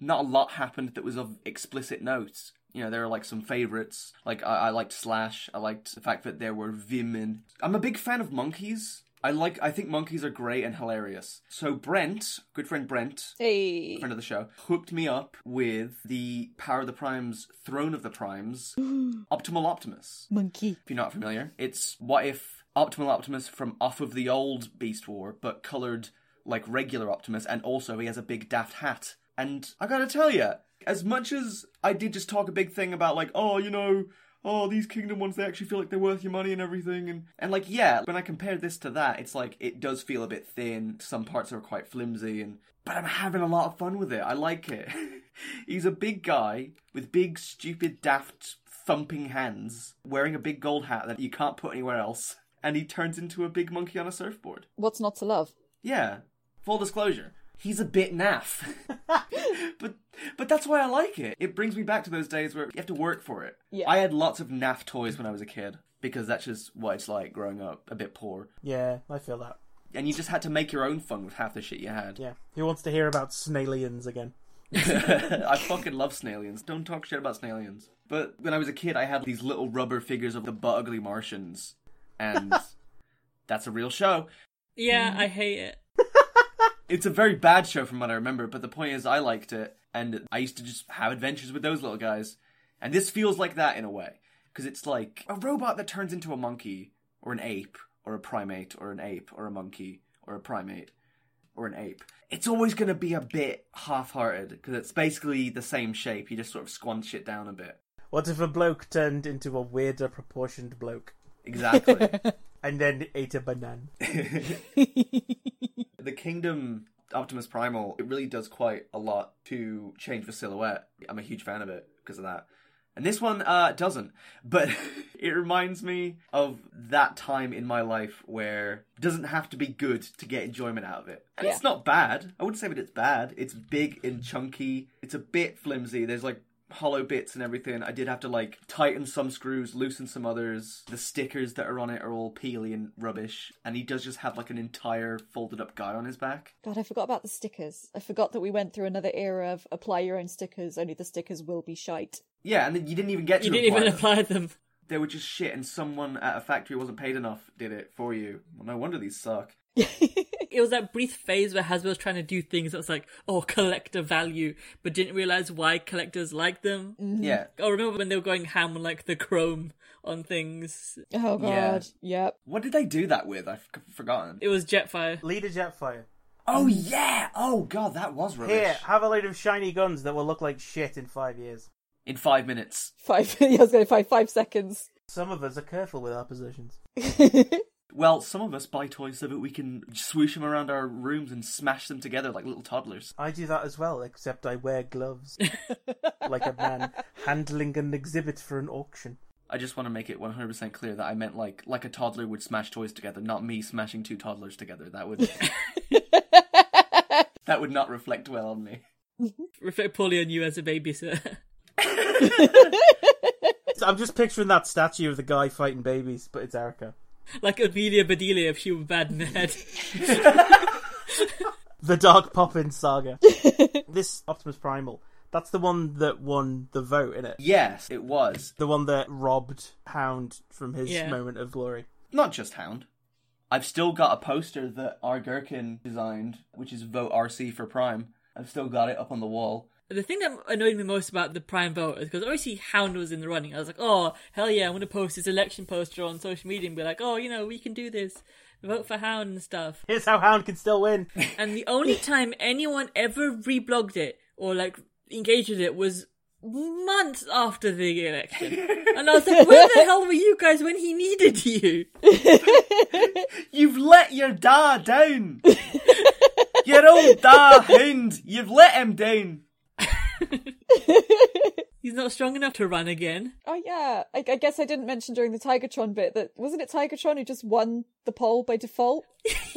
Speaker 2: Not a lot happened that was of explicit notes. You know, there are like some favorites. Like, I, I liked Slash, I liked the fact that there were women. I'm a big fan of monkeys. I like, I think monkeys are great and hilarious. So, Brent, good friend Brent,
Speaker 3: Hey.
Speaker 2: friend of the show, hooked me up with the Power of the Primes, Throne of the Primes, *gasps* Optimal Optimus.
Speaker 3: Monkey.
Speaker 2: If you're not familiar, it's what if Optimal Optimus from off of the old Beast War, but coloured like regular Optimus, and also he has a big daft hat. And I gotta tell you, as much as I did just talk a big thing about like, oh, you know, oh, these Kingdom ones, they actually feel like they're worth your money and everything, and and like, yeah, when I compare this to that, it's like it does feel a bit thin. Some parts are quite flimsy, and but I'm having a lot of fun with it. I like it. *laughs* He's a big guy with big, stupid, daft, thumping hands, wearing a big gold hat that you can't put anywhere else, and he turns into a big monkey on a surfboard.
Speaker 3: What's not to love?
Speaker 2: Yeah. Full disclosure. He's a bit naff. but but that's why I like it. It brings me back to those days where you have to work for it.
Speaker 3: Yeah.
Speaker 2: I had lots of naff toys when I was a kid because that's just what it's like growing up a bit poor.
Speaker 1: yeah, I feel that.
Speaker 2: And you just had to make your own fun with half the shit you had.
Speaker 1: Yeah. Who wants to hear about Snailians again?
Speaker 2: *laughs* I fucking love Snailians. Don't talk shit about Snailians. But when I was a kid, I had these little rubber figures of the butt ugly Martians. And that's a real show.
Speaker 4: Yeah, I hate it.
Speaker 2: It's a very bad show from what I remember, but the point is, I liked it, and I used to just have adventures with those little guys. And this feels like that in a way, because it's like a robot that turns into a monkey, or an ape, or a primate, or an ape, or a monkey, or a primate, or an ape. It's always going to be a bit half hearted, because it's basically the same shape, you just sort of squanch it down a bit.
Speaker 1: What if a bloke turned into a weirder proportioned bloke
Speaker 2: Exactly.
Speaker 1: and then ate a banana?
Speaker 2: the kingdom optimus primal it really does quite a lot to change the silhouette i'm a huge fan of it because of that And this one uh, doesn't, but *laughs* it reminds me of that time in my life where it doesn't have to be good to get enjoyment out of it. And it's not bad. I wouldn't say that it's bad. It's big and chunky. It's a bit flimsy. There's like hollow bits and everything. I did have to like tighten some screws, loosen some others. The stickers that are on it are all peely and rubbish. And he does just have like an entire folded up guy on his back.
Speaker 3: God, I forgot about the stickers. I forgot that we went through another era of apply your own stickers, only the stickers will be shite.
Speaker 2: Yeah, and then you didn't even get to
Speaker 4: You didn't even
Speaker 2: them.
Speaker 4: apply them.
Speaker 2: they were just shit, and someone at a factory who wasn't paid enough did it for you. Well, no wonder these suck.
Speaker 4: It was that brief phase where Hasbro was trying to do things that was like, oh, collector value, but didn't realize why collectors like them.
Speaker 2: Yeah,
Speaker 4: Oh, remember when they were going ham on like the chrome on things?
Speaker 3: Oh
Speaker 2: Yeah.
Speaker 3: god. Yep.
Speaker 2: what did they do that with? I've c- forgotten.
Speaker 4: It was Jetfire.
Speaker 1: Leader Jetfire.
Speaker 2: Oh yeah! Oh god, that was rubbish.
Speaker 1: Here, have a load of shiny guns that will look like shit in five years.
Speaker 2: In five minutes,
Speaker 3: Five *laughs* yeah, I was gonna find five seconds. *laughs*
Speaker 1: Some of us are careful with our positions.
Speaker 2: well, some of us buy toys so that we can swoosh them around our rooms and smash them together like little toddlers.
Speaker 1: I do that as well, except I wear gloves. like a man handling an exhibit for an auction.
Speaker 2: I just want to make it 100% clear that I meant like like a toddler would smash toys together, not me smashing two toddlers together.
Speaker 4: *laughs*
Speaker 2: That would *laughs* that would not reflect well on me.
Speaker 4: Reflect poorly on you as a babysitter. *laughs*
Speaker 1: So I'm just picturing that statue of the guy fighting babies, but it's Erica.
Speaker 4: like Amelia Bedelia if she were bad mad.
Speaker 1: The Dark Poppin saga. this Optimus Primal, that's the one that won the vote, in it.
Speaker 2: Yes, it was.
Speaker 1: The one that robbed Hound from his
Speaker 4: Yeah.
Speaker 1: moment of glory.
Speaker 2: not just Hound. I've still got a poster that R. Gherkin designed, which is Vote RC for Prime. I've still got it up on the wall.
Speaker 4: *laughs* the thing that annoyed me most about the prime vote is because obviously Hound was in the running. I was like, oh, hell yeah, I'm going to post this election poster on social media and be like, oh, you know, we can do this. Vote for Hound and stuff.
Speaker 1: Here's how Hound can still win.
Speaker 4: *laughs* And the only time anyone ever reblogged it or like engaged with it was months after the election. And I was like, where the hell were you guys when he needed you?
Speaker 2: You've let your da down! your old da Hound! You've let him down!
Speaker 4: He's not strong enough to run again.
Speaker 3: Oh yeah. I, I guess I didn't mention during the Tigertron bit that wasn't it Tigertron who just won the poll by default?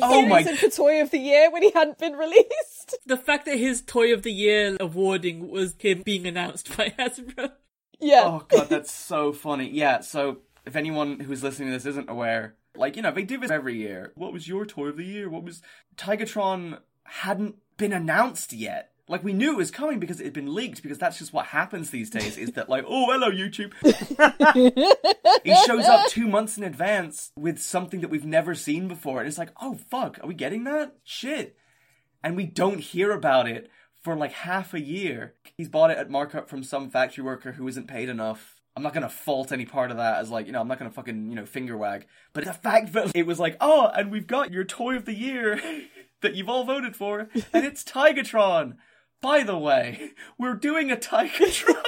Speaker 2: Oh my.
Speaker 3: Reason for Toy of the Year when he hadn't been *laughs* released.
Speaker 4: The fact that his Toy of the Year awarding was him being announced by *laughs* Hasbro.
Speaker 3: Yeah.
Speaker 2: Oh god, that's so funny. Yeah, so if anyone who's listening to this isn't aware, like, you know, they do this every year. What was your toy of the year? What was. Tigatron hadn't been announced yet. Like, we knew it was coming because it had been leaked, because that's just what happens these days is that, like, oh, hello, YouTube. he shows up two months in advance with something that we've never seen before, and it's like, oh, fuck, are we getting that? Shit and we don't hear about it for like half a year. He's bought it at markup from some factory worker who isn't paid enough. I'm not gonna fault any part of that as like, you know, I'm not gonna fucking, you know, finger wag. But the fact that it was like, oh, and we've got your toy of the year *laughs* that you've all voted for, and it's Tigatron. By the way, we're doing a Tigatron.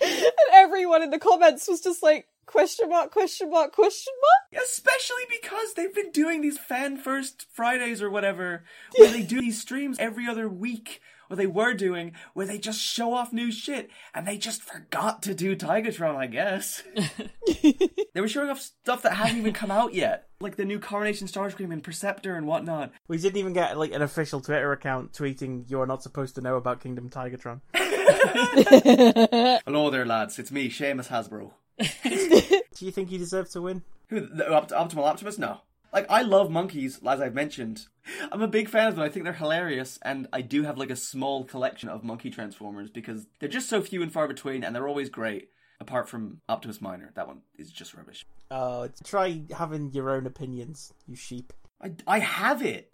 Speaker 3: And everyone in the comments was just like question mark, question mark, question mark.
Speaker 2: Especially because they've been doing these fan first Fridays or whatever, where they do these streams every other week, or they were doing, where they just show off new shit, and they just forgot to do Tigatron, I guess. they were showing off stuff that hadn't even come out yet, like the new Coronation Starscream and Perceptor and whatnot.
Speaker 1: We didn't even get like an official Twitter account tweeting you are not supposed to know about Kingdom Tigertron.
Speaker 2: Hello there, lads, it's me, Seamus Hasbro.
Speaker 1: Do you think you deserve to win?
Speaker 2: Who the Opt- Optimal Optimus? No. Like I love monkeys, as I've mentioned. I'm a big fan of them. I think they're hilarious, and I do have like a small collection of monkey transformers because they're just so few and far between, and they're always great. Apart from Optimus Minor, that one is just rubbish.
Speaker 1: Oh, it's- try having your own opinions, you sheep.
Speaker 2: I, I have it.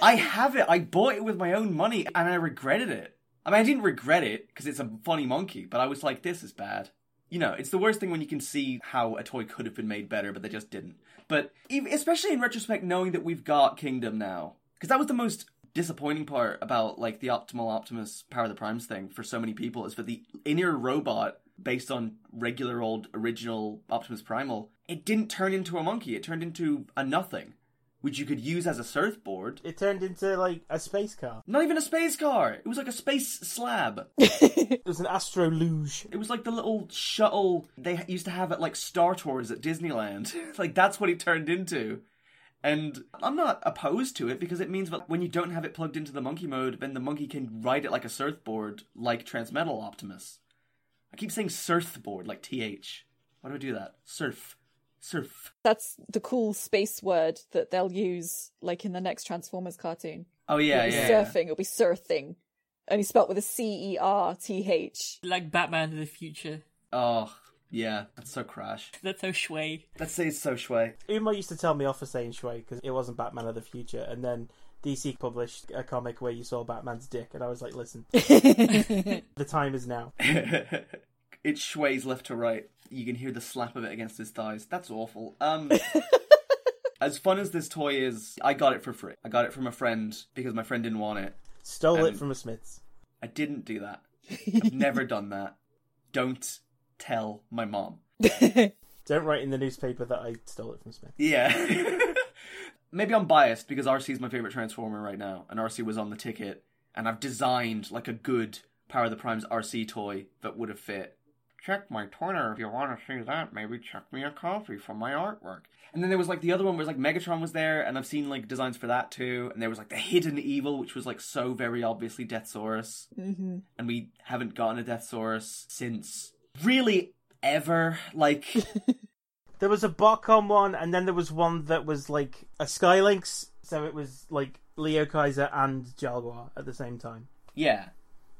Speaker 2: I have it. I bought it with my own money, and I regretted it. I mean, I didn't regret it because it's a funny monkey, but I was like, this is bad. You know, it's the worst thing when you can see how a toy could have been made better, but they just didn't. But even, especially in retrospect, knowing that we've got Kingdom now, because that was the most disappointing part about like the Optimal Optimus Power of the Primes thing for so many people is that the inner robot based on regular old original Optimus Primal, it didn't turn into a monkey. It turned into a nothing. which you could use as a surfboard.
Speaker 1: It turned into like a space car.
Speaker 2: Not even a space car. It was like a space slab.
Speaker 1: It was an astro luge.
Speaker 2: It was like the little shuttle they used to have at like Star Tours at Disneyland. *laughs* like that's what it turned into. And I'm not opposed to it because it means that when you don't have it plugged into the monkey mode, then the monkey can ride it like a surfboard, like Transmetal Optimus. I keep saying surfboard, like TH. Why do I do that? Surf. Surf.
Speaker 3: That's the cool space word that they'll use, like in the next Transformers cartoon.
Speaker 2: Oh, yeah,
Speaker 3: It'll be
Speaker 2: yeah. yeah.
Speaker 3: surfing. It'll be surfing, and he's spelled with a C E R T H. *laughs*
Speaker 4: Like Batman of the future.
Speaker 2: Oh, yeah. That's so crash.
Speaker 4: That's so shui.
Speaker 2: Let's say it's so shui.
Speaker 1: Uma used to tell me off for saying Shui because it wasn't Batman of the future, and then DC published a comic where you saw Batman's dick, and I was like, listen, the time is now.
Speaker 2: *laughs* it sways left to right. You can hear the slap of it against his thighs. That's awful. Um, as fun as this toy is, I got it for free. I got it from a friend because my friend didn't want it.
Speaker 1: Stole it
Speaker 2: Um,
Speaker 1: from a Smith's.
Speaker 2: I didn't do that. I've never done that. Don't tell my mom.
Speaker 1: Don't write in the newspaper that I stole it from Smith.
Speaker 2: Yeah. *laughs* Maybe I'm biased because RC is my favorite Transformer right now, and RC was on the ticket, and I've designed like a good Power of the Primes RC toy that would have fit. Check my toner if you want to see that. Maybe check me a copy from my artwork. And then there was like the other one was like Megatron was there, and I've seen like designs for that too. And there was like the Hidden Evil, which was like so very obviously Deathsaurus,
Speaker 3: hmm
Speaker 2: and we haven't gotten a Deathsaurus since really ever. Like
Speaker 1: There was a Botcom one, and then there was one that was like a Skylinks, so it was like Leo Kaiser and Jaguar at the same time.
Speaker 2: yeah,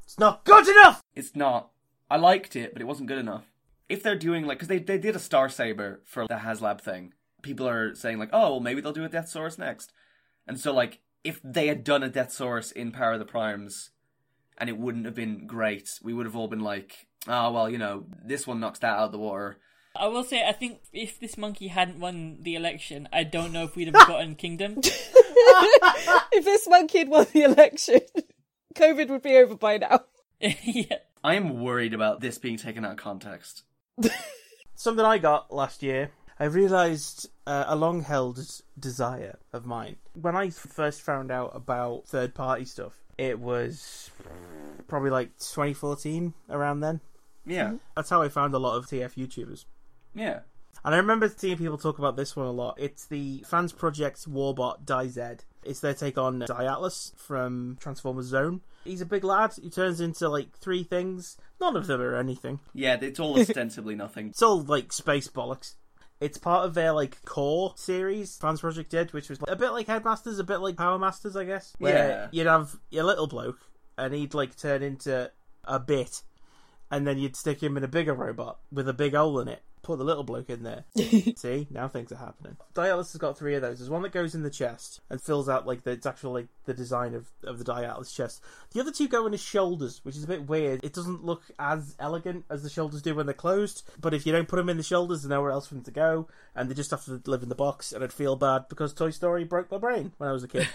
Speaker 1: It's not good enough!
Speaker 2: It's not. I liked it, but it wasn't good enough. If they're doing like, because they they did a Star Saber for the HasLab thing, people are saying like, oh, well, maybe they'll do a Death Source next. And so like, if they had done a Death Source in Power of the Primes, and it wouldn't have been great, we would have all been like, oh well, you know, this one knocks that out of the water.
Speaker 4: I will say, I think if this monkey hadn't won the election, I don't know if we'd have gotten Kingdom. *laughs*
Speaker 3: if this monkey had won the election, *laughs* COVID would be over by now.
Speaker 4: yeah.
Speaker 2: I am worried about this being taken out of context.
Speaker 1: Something I got last year, I realised uh, a long held desire of mine. When I first found out about third party stuff, it was probably like 2014, around then.
Speaker 2: Yeah,
Speaker 1: That's how I found a lot of TF YouTubers.
Speaker 2: yeah.
Speaker 1: And I remember seeing people talk about this one a lot. It's the Fans Project Warbot Die Z. It's their take on Diatlas from Transformers Zone. He's a big lad who turns into like three things. None of them are anything.
Speaker 2: Yeah, it's all ostensibly nothing.
Speaker 1: It's all like space bollocks. It's part of their like core series Fans Project did, which was a bit like Headmasters, a bit like Power Masters, I guess. Where
Speaker 2: Yeah.
Speaker 1: you'd have your little bloke and he'd like turn into a bit, and then you'd stick him in a bigger robot with a big hole in it. Put the little bloke in there. See, now things are happening. Dialis has got three of those. There's one that goes in the chest and fills out like the it's actually like the design of, of the Dialis chest. The other two go in his shoulders, which is a bit weird. It doesn't look as elegant as the shoulders do when they're closed. But if you don't put them in the shoulders, there's nowhere else for them to go, and they just have to live in the box. And I'd feel bad because Toy Story broke my brain when I was a kid.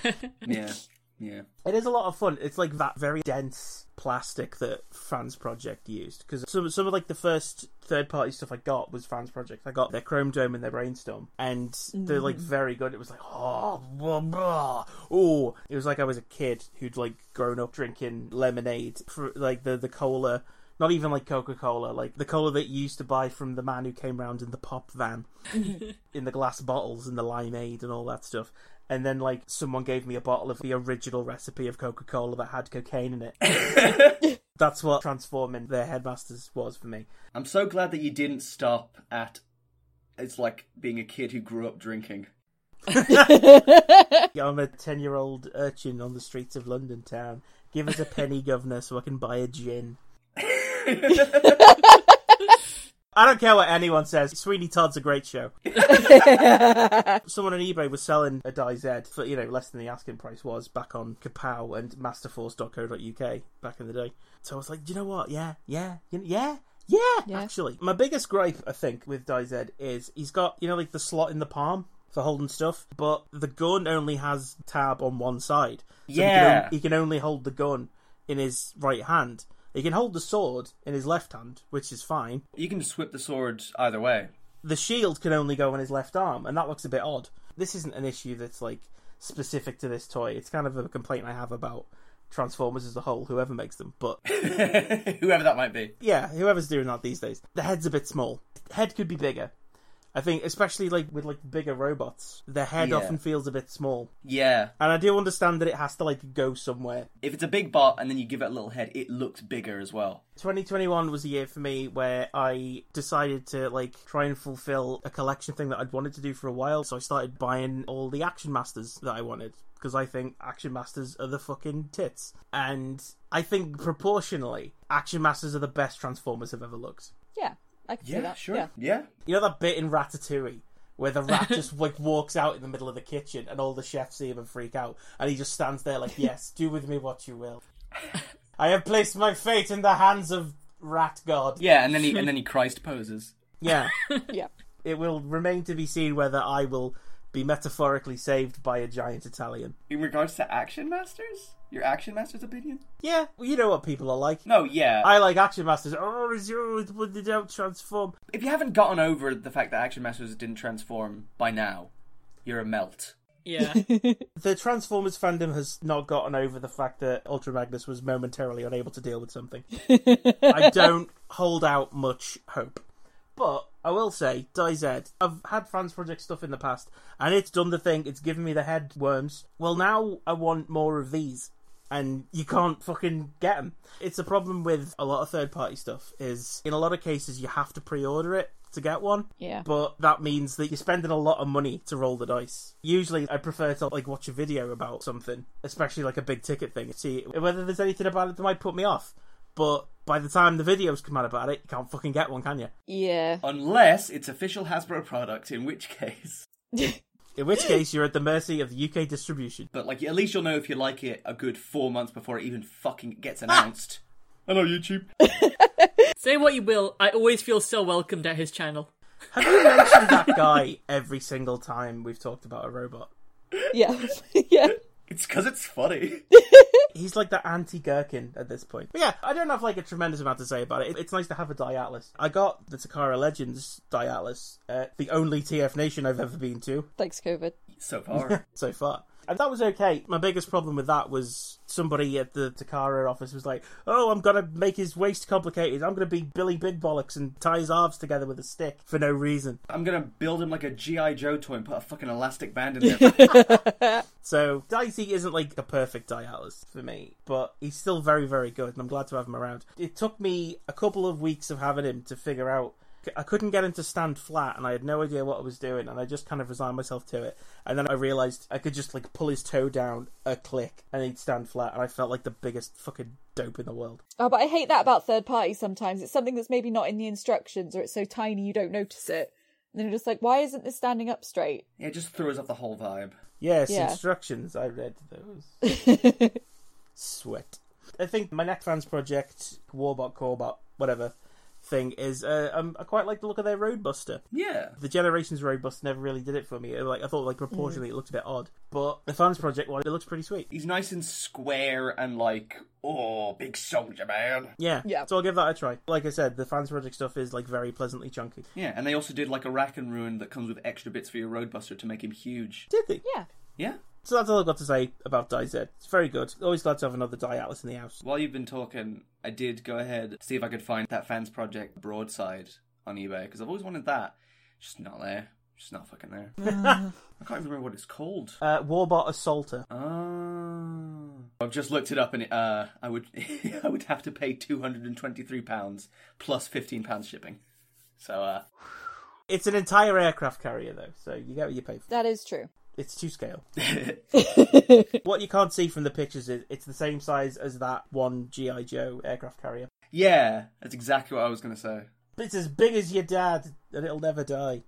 Speaker 2: Yeah, yeah.
Speaker 1: It is a lot of fun. It's like that very dense plastic that Fans Project used because some some of like the first third party stuff I got was Fans Project. I got their Chrome Dome and their Brainstorm, and they're like very good. It was like oh, blah, blah. oh, it was like I was a kid who'd like grown up drinking lemonade, for, like the the cola. Not even like Coca Cola, like the cola that you used to buy from the man who came round in the pop van in the glass bottles and the limeade and all that stuff. And then, like, someone gave me a bottle of the original recipe of Coca Cola that had cocaine in it. That's what transforming their headmasters was for me.
Speaker 2: I'm so glad that you didn't stop at. It's like being a kid who grew up drinking.
Speaker 1: Yeah, I'm a 10 year old urchin on the streets of London town. Give us a penny, governor, so I can buy a gin. I don't care what anyone says. Sweeney Todd's a great show. Someone on eBay was selling a Die Z for, you know, less than the asking price was back on Kapow and masterforce.co.uk back in the day. So I was like, do you know what? Yeah, yeah, you kn- yeah. Yeah,
Speaker 3: Yeah.
Speaker 1: actually. My biggest gripe, I think, with Die Z is he's got, you know, like the slot in the palm for holding stuff, but the gun only has tab on one side. So he can on-
Speaker 2: Yeah.
Speaker 1: he can only hold the gun in his right hand. He can hold the sword in his left hand, which is fine.
Speaker 2: You can just whip the sword either way.
Speaker 1: the shield can only go on his left arm, and that looks a bit odd. This isn't an issue that's like specific to this toy. It's kind of a complaint I have about Transformers as a whole, whoever makes them. But
Speaker 2: *laughs*
Speaker 1: *laughs*
Speaker 2: Whoever that might be.
Speaker 1: yeah, whoever's doing that these days, the head's a bit small. Head could be bigger. I think, especially like with like bigger robots, the head
Speaker 2: Yeah.
Speaker 1: often feels a bit small.
Speaker 2: Yeah.
Speaker 1: And I do understand that it has to like go somewhere.
Speaker 2: If it's a big bot and then you give it a little head, it looks bigger as well.
Speaker 1: 2021 was a year for me where I decided to like try and fulfill a collection thing that I'd wanted to do for a while. So I started buying all the Action Masters that I wanted because I think Action Masters are the fucking tits. And I think proportionally, Action Masters are the best Transformers have ever looked.
Speaker 3: Yeah, I can see that. Yeah.
Speaker 2: Yeah.
Speaker 1: You know that bit in Ratatouille where the rat just like walks out in the middle of the kitchen and all the chefs see him and freak out, and he just stands there like, "Yes, do with me what you will. I have placed my fate in the hands of Rat God."
Speaker 2: Yeah, and then he and then he Christ poses.
Speaker 1: Yeah.
Speaker 3: Yeah.
Speaker 1: it will remain to be seen whether I will be metaphorically saved by a giant Italian.
Speaker 2: In regards to Action Masters? Your Action Masters opinion?
Speaker 1: Yeah, well, you know what people are like.
Speaker 2: No, yeah.
Speaker 1: I like Action Masters. Oh, is you would they don't transform?
Speaker 2: if you haven't gotten over the fact that Action Masters didn't transform by now, you're a melt.
Speaker 4: Yeah.
Speaker 1: The Transformers fandom has not gotten over the fact that Ultra Magnus was momentarily unable to deal with something. I don't hold out much hope. But I will say, Die Z, I've had Fans Project stuff in the past, and it's done the thing, it's given me the head worms. Well, now I want more of these, and you can't fucking get them. It's a problem with a lot of third party stuff, is in a lot of cases, you have to pre order it to get one
Speaker 3: Yeah.
Speaker 1: but that means that you're spending a lot of money to roll the dice. Usually, I prefer to like watch a video about something, especially like a big ticket thing, see whether there's anything about it that might put me off. But by the time the videos come out about it, you can't fucking get one, can you?
Speaker 3: Yeah.
Speaker 2: Unless it's official Hasbro product, in which *laughs* case.
Speaker 1: In which case, you're at the mercy of the UK distribution.
Speaker 2: But like, at least you'll know if you like it a good four months before it even fucking gets announced. Ah! Hello, YouTube.
Speaker 4: Say what you will, I always feel so welcomed at his channel.
Speaker 1: Have you mentioned that guy every single time we've talked about a robot?
Speaker 3: Yeah. *laughs* yeah.
Speaker 2: *laughs* It's because it's *laughs* funny.
Speaker 1: He's like the anti Gherkin at this point. But yeah, I don't have like a tremendous amount to say about it. It- It's nice to have a Diatlas. I got the Takara Legends Diatlas, uh, the only TF Nation I've ever been to
Speaker 3: Thanks, COVID.
Speaker 2: so far.
Speaker 1: so far. And that was okay. My biggest problem with that was somebody at the Takara office was like, oh, I'm going to make his waist complicated. I'm going to be Billy Big Bollocks and tie his arms together with a stick for no reason.
Speaker 2: I'm gonna build him like a G.I. Joe toy and put a fucking elastic band in *laughs* there.
Speaker 1: So Dicey isn't like a perfect Dialis for me, but he's still very, very good, and I'm glad to have him around. It took me a couple of weeks of having him to figure out. I couldn't get him to stand flat, and I had no idea what I was doing, and I just kind of resigned myself to it. And then I realized I could just like pull his toe down a click, and he'd stand flat, and I felt like the biggest fucking dope in the world.
Speaker 3: Oh, but I hate that about third parties sometimes. It's something that's maybe not in the instructions or it's so tiny you don't notice it. And then you're just like, why isn't this standing up straight?
Speaker 2: yeah, it just throws off the whole vibe.
Speaker 1: Yes,
Speaker 3: Yeah.
Speaker 1: instructions. I read those.
Speaker 3: *laughs*
Speaker 1: Sweat. I think my next fans project, Warbot, Corbot, whatever thing is. Uh, um, I quite like the look of their Roadbuster.
Speaker 2: Yeah.
Speaker 1: The Generations Roadbuster never really did it for me. It, Like I thought, like proportionally, it looked a bit odd. But the fans project one, it looks pretty sweet.
Speaker 2: He's nice and square and like, oh, big soldier man.
Speaker 1: Yeah,
Speaker 3: Yeah.
Speaker 1: So I'll give that a try. Like I said, the fans project stuff is like very pleasantly chunky.
Speaker 2: Yeah, and they also did like a rack and ruin that comes with extra bits for your roadbuster to make him huge.
Speaker 1: Did they?
Speaker 3: Yeah.
Speaker 2: Yeah.
Speaker 1: So that's all I've got to say about Die Z. It's very good. Always glad to have another Die Atlas in the house.
Speaker 2: While you've been talking, I did go ahead and see if I could find that fans project broadside on eBay because I've always wanted that. It's just not there. It's just not fucking there. *laughs* I can't even remember what it's called.
Speaker 1: Uh, Warbot Assaulter.
Speaker 2: Oh. I've just looked it up and it, uh, I would *laughs* I would have to pay two hundred and twenty three pounds plus fifteen pounds shipping. So uh,
Speaker 1: It's an entire aircraft carrier though, so you get what you pay for.
Speaker 3: That is true.
Speaker 1: It's two scale. *laughs* what you can't see from the pictures is it's the same size as that one GI Joe aircraft carrier.
Speaker 2: yeah, that's exactly what I was gonna say.
Speaker 1: It's as big as your dad, and it'll never die.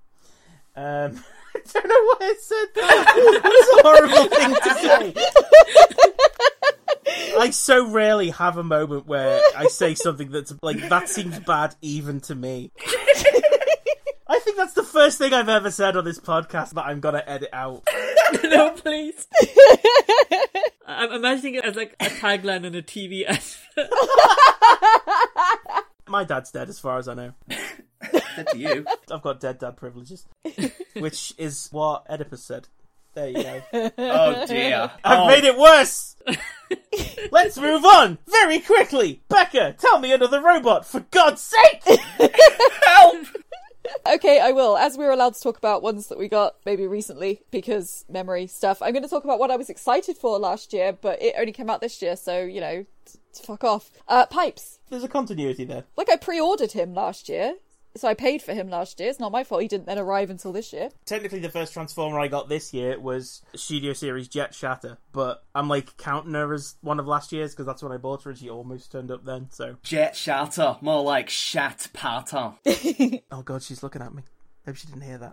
Speaker 1: Um, *laughs* I don't know why I said that. *laughs* It's a horrible thing to say. I so rarely have a moment where I say something that's like that seems bad even to me. I think that's the first thing I've ever said on this podcast that I'm gonna edit out.
Speaker 4: *laughs* no, please. I- I'm imagining it as like a tagline on a TV ad.
Speaker 1: My dad's dead, as far as I know.
Speaker 2: Said
Speaker 1: *laughs*
Speaker 2: to you.
Speaker 1: I've got dead dad privileges, which is what Oedipus said. There you go.
Speaker 2: Oh dear.
Speaker 1: I've
Speaker 2: Oh,
Speaker 1: made it worse. Let's move on very quickly. Becca, tell me another robot for God's sake.
Speaker 2: help.
Speaker 3: Okay, I will. As we were allowed to talk about ones that we got maybe recently because memory stuff, I'm going to talk about what I was excited for last year, but it only came out this year, so, you know, t- fuck off. Uh, Pipes.
Speaker 1: There's a continuity there.
Speaker 3: Like, I pre ordered him last year, so I paid for him last year. It's not my fault he didn't then arrive until this year.
Speaker 1: Technically, the first Transformer I got this year was Studio Series Jet Shatter, but I'm like counting her as one of last year's because that's when I bought her and she almost turned up then. So,
Speaker 2: Jet shatter, more like shat
Speaker 1: *laughs*
Speaker 2: pattern.
Speaker 1: oh god, she's looking at me. Hope she didn't hear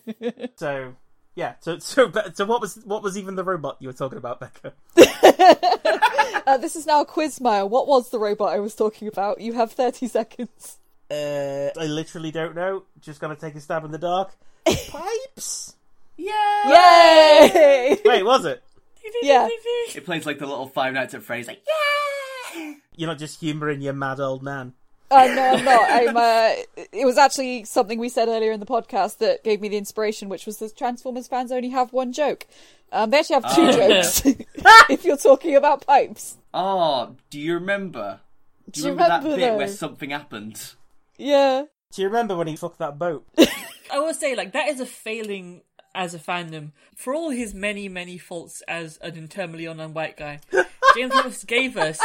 Speaker 1: that. so, yeah. So, so, so, what was what was even the robot you were talking about, Becca?
Speaker 3: Uh, this is now a quiz, Maya. What was the robot I was talking about? You have 30 seconds.
Speaker 1: Uh, I literally don't know. Just gonna take a stab in the dark. Pipes.
Speaker 2: Yeah.
Speaker 3: Yay!
Speaker 1: Wait, was it?
Speaker 3: *laughs* yeah.
Speaker 2: It plays like the little Five Nights at Freddy's, like yeah.
Speaker 1: You're not just humouring your mad old man.
Speaker 3: Uh, no, I'm not. I'm, uh, it was actually something we said earlier in the podcast that gave me the inspiration, which was that Transformers fans only have one joke. Um, they actually have two jokes if you're talking about pipes.
Speaker 2: Oh, do you remember? Do you
Speaker 3: Do you
Speaker 2: remember, that
Speaker 3: remember
Speaker 2: bit
Speaker 3: though?
Speaker 2: where something happened?
Speaker 3: Yeah.
Speaker 1: Do you remember when he fucked that boat?
Speaker 4: I will say, like, that is a failing as a fandom. For all his many, many faults as an internally online white *laughs* guy, James Wallace gave us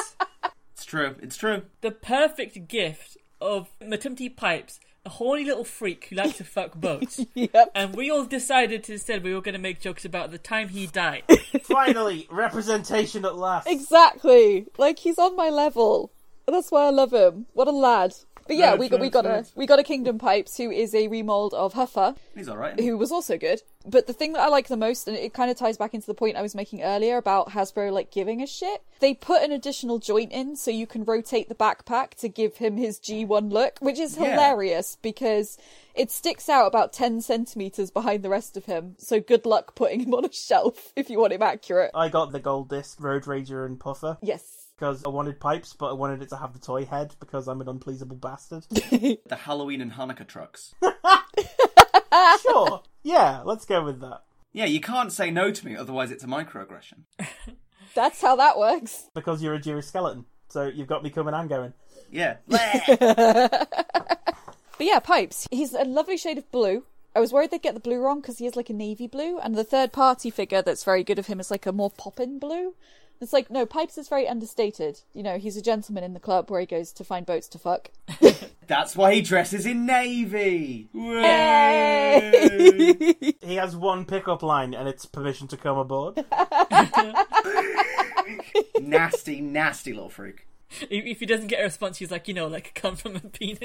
Speaker 2: It's true. It's true.
Speaker 4: the perfect gift of Matumti Pipes, a horny little freak who likes to fuck boats.
Speaker 3: Yep.
Speaker 4: And we all decided to instead we were going to make jokes about the time he *laughs* died.
Speaker 1: Finally, representation at last.
Speaker 3: Exactly. Like he's on my level. That's why I love him. What a lad. But yeah,
Speaker 1: Right,
Speaker 3: we got we
Speaker 1: right,
Speaker 3: got a
Speaker 1: right.
Speaker 3: we got a Kingdom Pipes who is a remold of Huffer.
Speaker 2: He's all right.
Speaker 3: who was also good. But the thing that I like the most, and it kind of ties back into the point I was making earlier about Hasbro like giving a shit, they put an additional joint in so you can rotate the backpack to give him his G1 look, which is
Speaker 2: Yeah.
Speaker 3: hilarious because it sticks out about 10 centimeters behind the rest of him. So good luck putting him on a shelf *laughs* if you want him accurate.
Speaker 1: I got the gold disc, Road Rager and Puffer,
Speaker 3: Yes.
Speaker 1: because I wanted pipes, but I wanted it to have the toy head because I'm an unpleasable bastard.
Speaker 2: The Halloween and Hanukkah trucks.
Speaker 1: sure. Yeah, let's go with that.
Speaker 2: yeah, you can't say no to me, otherwise it's a microaggression.
Speaker 3: That's how that works.
Speaker 1: Because you're a Jewish skeleton. So you've got me coming and going.
Speaker 2: Yeah. *laughs*
Speaker 3: But yeah, Pipes. He's a lovely shade of blue. I was worried they'd get the blue wrong because he is like a navy blue, and the third party figure that's very good of him is like a more poppin' blue. It's like, no, Pipes is very understated. You know, he's a gentleman in the club where he goes to find boats to fuck.
Speaker 2: That's why he dresses in navy. Eh. Yay!
Speaker 1: He has one pickup line and it's permission to come aboard.
Speaker 2: nasty, nasty little freak.
Speaker 4: if if he doesn't get a response, he's like, you know, like come from a penis.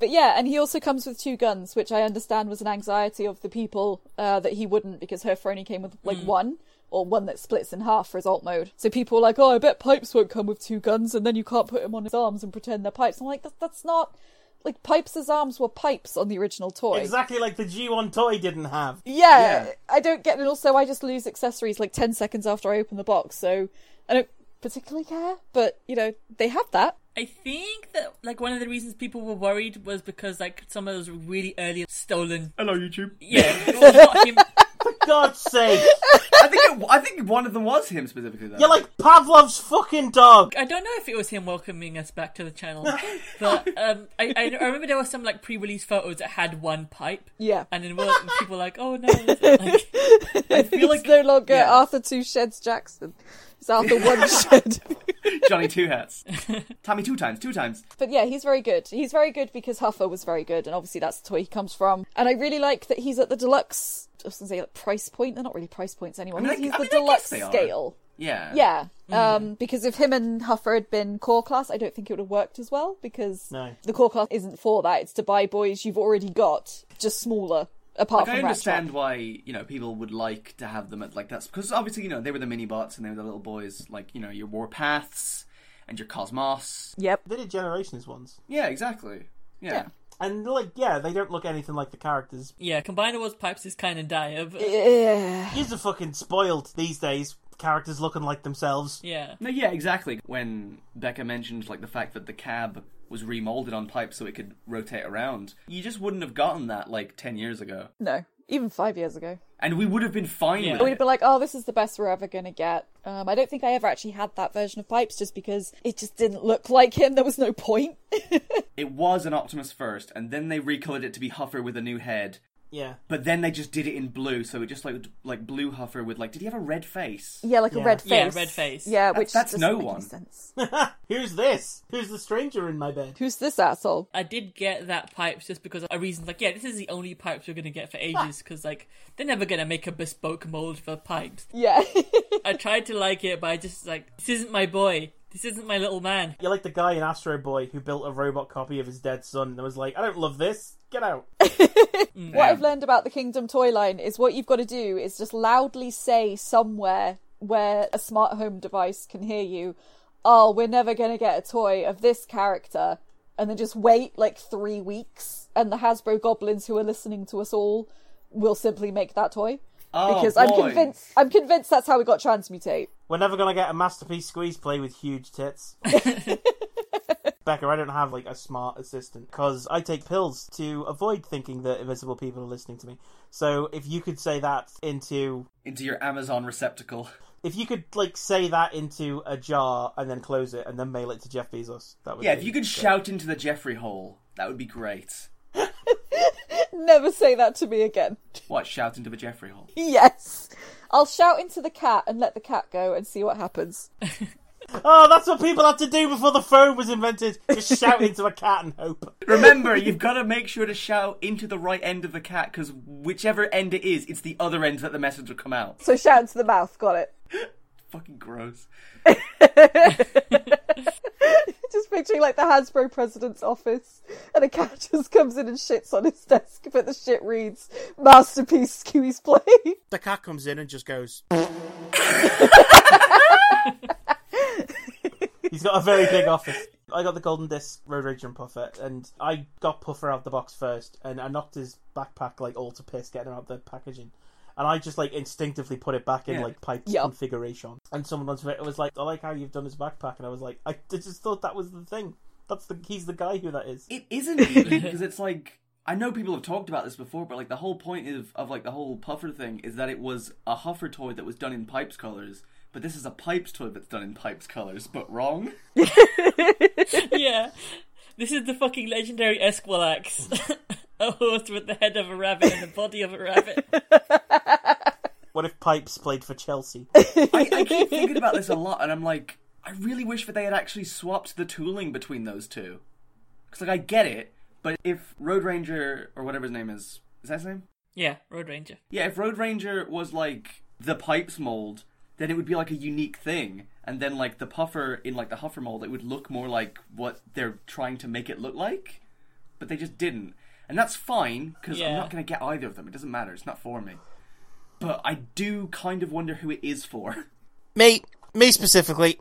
Speaker 3: But yeah, and he also comes with two guns, which I understand was an anxiety of the people uh, that he wouldn't because her phone came with like one. Or one that splits in half for his alt mode. So people were like, oh, I bet Pipes won't come with two guns, and then you can't put him on his arms and pretend they're pipes. I'm like, that, that's not. Like, Pipes' arms were pipes on the original toy.
Speaker 1: exactly like the G1 toy didn't have.
Speaker 3: Yeah,
Speaker 2: Yeah.
Speaker 3: I don't get, and also I just lose accessories like ten seconds after I open the box, so I don't particularly care. But you know, they have that.
Speaker 4: I think that like one of the reasons people were worried was because like some of those were really early stolen.
Speaker 2: Hello, YouTube.
Speaker 4: Yeah, it was not him.
Speaker 1: God's sake.
Speaker 2: I think it, I think one of them was him specifically. Though.
Speaker 1: You're like Pavlov's fucking dog.
Speaker 4: I don't know if it was him welcoming us back to the channel, but um, I, I I remember there were some like pre-release photos that had one pipe,
Speaker 3: Yeah,
Speaker 4: and then we're- and people were like, oh no, it's not like,
Speaker 3: I feel
Speaker 2: like-
Speaker 3: it's no longer
Speaker 2: yeah.
Speaker 3: Arthur Two Sheds Jackson. It's Arthur
Speaker 2: *laughs*
Speaker 3: One Shed.
Speaker 2: Johnny Two *laughs* Hats. Tommy two times, two times.
Speaker 3: But yeah, he's very good. He's very good because Huffer was very good, and obviously that's the toy he comes from. And I really like that he's at the deluxe. I was gonna say like price point. They're not really price points anymore.
Speaker 2: I mean, I-
Speaker 3: he's he's
Speaker 2: I
Speaker 3: the
Speaker 2: mean, I guess
Speaker 3: deluxe
Speaker 2: they are. Mm.
Speaker 3: scale.
Speaker 2: Yeah.
Speaker 3: Yeah, um, because if him and Huffer had been core class, I don't think it would have worked as well because
Speaker 1: No.
Speaker 3: the core class isn't for that. It's to buy boys you've already got, just smaller. Apart
Speaker 2: Like, I
Speaker 3: from Rat Trap.
Speaker 2: understand why you know people would like to have them at like that's because obviously you know they were the mini bots and they were the little boys like you know your Warpaths and your Cosmos.
Speaker 3: Yep.
Speaker 1: They did Generations ones.
Speaker 2: Yeah, exactly. Yeah.
Speaker 3: Yeah.
Speaker 1: And like, yeah, they don't look anything like the characters.
Speaker 4: yeah, Combiner Wars pipes is kind of dire, but
Speaker 3: Yeah.
Speaker 1: Kids are fucking spoiled these days. Characters looking like themselves.
Speaker 4: yeah,
Speaker 2: No, yeah, exactly. When Becca mentioned like the fact that the cab was remolded on pipe so it could rotate around. You just wouldn't have gotten that like 10 years ago.
Speaker 3: No, even five years ago.
Speaker 2: And we would have been fine
Speaker 4: Yeah.
Speaker 2: with
Speaker 3: We'd
Speaker 2: it.
Speaker 3: have been like, oh, this is the best we're ever going to get. Um, I don't think I ever actually had that version of pipes just because it just didn't look *laughs* like him. There was no point.
Speaker 2: It was an Optimus first, and then they recolored it to be Huffer with a new head.
Speaker 1: Yeah.
Speaker 2: But then they just did it in blue, so it just like like blue Huffer with like, did he have a red face?
Speaker 3: *laughs* yeah, like a
Speaker 1: Yeah.
Speaker 3: red face.
Speaker 4: Yeah, red face.
Speaker 3: Yeah, which
Speaker 2: that's
Speaker 3: doesn't
Speaker 2: no
Speaker 3: make any
Speaker 2: one.
Speaker 3: sense.
Speaker 1: Who's this? Who's the stranger in my bed?
Speaker 3: *laughs* Who's this asshole?
Speaker 4: I did get that pipes just because of reasons like yeah, this is the only pipes you're gonna get for ages because like they're never gonna make a bespoke mold for pipes.
Speaker 3: Yeah. *laughs*
Speaker 4: I tried to like it, but I just like this isn't my boy. This isn't my little man. *laughs*
Speaker 1: You're like the guy in Astro Boy who built a robot copy of his dead son and was like, I don't love this. Get
Speaker 4: *laughs*
Speaker 1: out.
Speaker 3: What I've learned about the Kingdom toy line is what you've got to do is just loudly say somewhere where a smart home device can hear you, oh, we're never going to get a toy of this character. And then just wait like three weeks, and the Hasbro goblins who are listening to us all will simply make that toy.
Speaker 2: Oh,
Speaker 3: Because I'm
Speaker 2: boy.
Speaker 3: convinced I'm convinced that's how we got transmutate.
Speaker 1: We're never gonna get a masterpiece squeeze play with huge
Speaker 4: *laughs*
Speaker 1: tits. Becca, I don't have like a smart assistant because I take pills to avoid thinking that invisible people are listening to me. So if you could say that into,
Speaker 2: Into your Amazon receptacle.
Speaker 1: if you could like say that into a jar and then close it and then mail it to Jeff Bezos, that would
Speaker 2: Yeah,
Speaker 1: be
Speaker 2: if you could
Speaker 1: great.
Speaker 2: shout into the Jeffrey hole, that would be great.
Speaker 3: Never say that to me again. *laughs*
Speaker 2: What, shout into the Jeffrey hole?
Speaker 3: Yes. I'll shout into the cat and let the cat go and see what happens.
Speaker 1: Oh, that's what people had to do before the phone was invented.
Speaker 2: *laughs*
Speaker 1: Just shout into a cat and hope.
Speaker 2: Remember, you've got to make sure to shout into the right end of the cat, because whichever end it is, it's the other end that the message will come out.
Speaker 3: So shout into the mouth, got it. *laughs*
Speaker 2: Fucking gross.
Speaker 3: Just picturing like the Hasbro president's office, and a cat *laughs* just comes in and shits on his desk, but the shit reads "Masterpiece Skewie's Play." *laughs*
Speaker 1: The cat comes in and just goes. He's got a very big office. I got the golden disc road rage and puffer, and I got puffer out of the box first, and I knocked his backpack like all to piss, getting out the packaging. And I just like instinctively put it back in
Speaker 2: Yeah.
Speaker 1: like pipe
Speaker 3: Yeah.
Speaker 1: configuration. And someone was, was like, "I like how you've done his backpack," and I was like, "I just thought that was the thing. That's the he's the guy who that is."
Speaker 2: It isn't *laughs* even, because it's like. I know people have talked about this before, but like the whole point of, of like the whole puffer thing is that it was a huffer toy that was done in pipes colors, but this is a pipes toy that's done in pipes colors, but wrong.
Speaker 4: yeah, this is the fucking legendary Esquilax, *laughs* a horse with the head of a rabbit and the body of a
Speaker 2: *laughs*
Speaker 4: rabbit.
Speaker 1: What if Pipes played for Chelsea?
Speaker 2: I, I keep thinking about this a lot, and I'm like, I really wish that they had actually swapped the tooling between those two. Because, like, I get it, but if Road Ranger, or whatever his name is, is that his name?
Speaker 4: Yeah, Road Ranger.
Speaker 2: Yeah, if Road Ranger was, like, the pipes mold, then it would be, like, a unique thing. And then, like, the puffer in, like, the huffer mold, it would look more like what they're trying to make it look like. But they just didn't. And that's fine, because I'm
Speaker 4: Yeah.
Speaker 2: not going to get either of them. It doesn't matter. It's not for me. But I do kind of wonder who it is for. *laughs*
Speaker 1: Me, me specifically.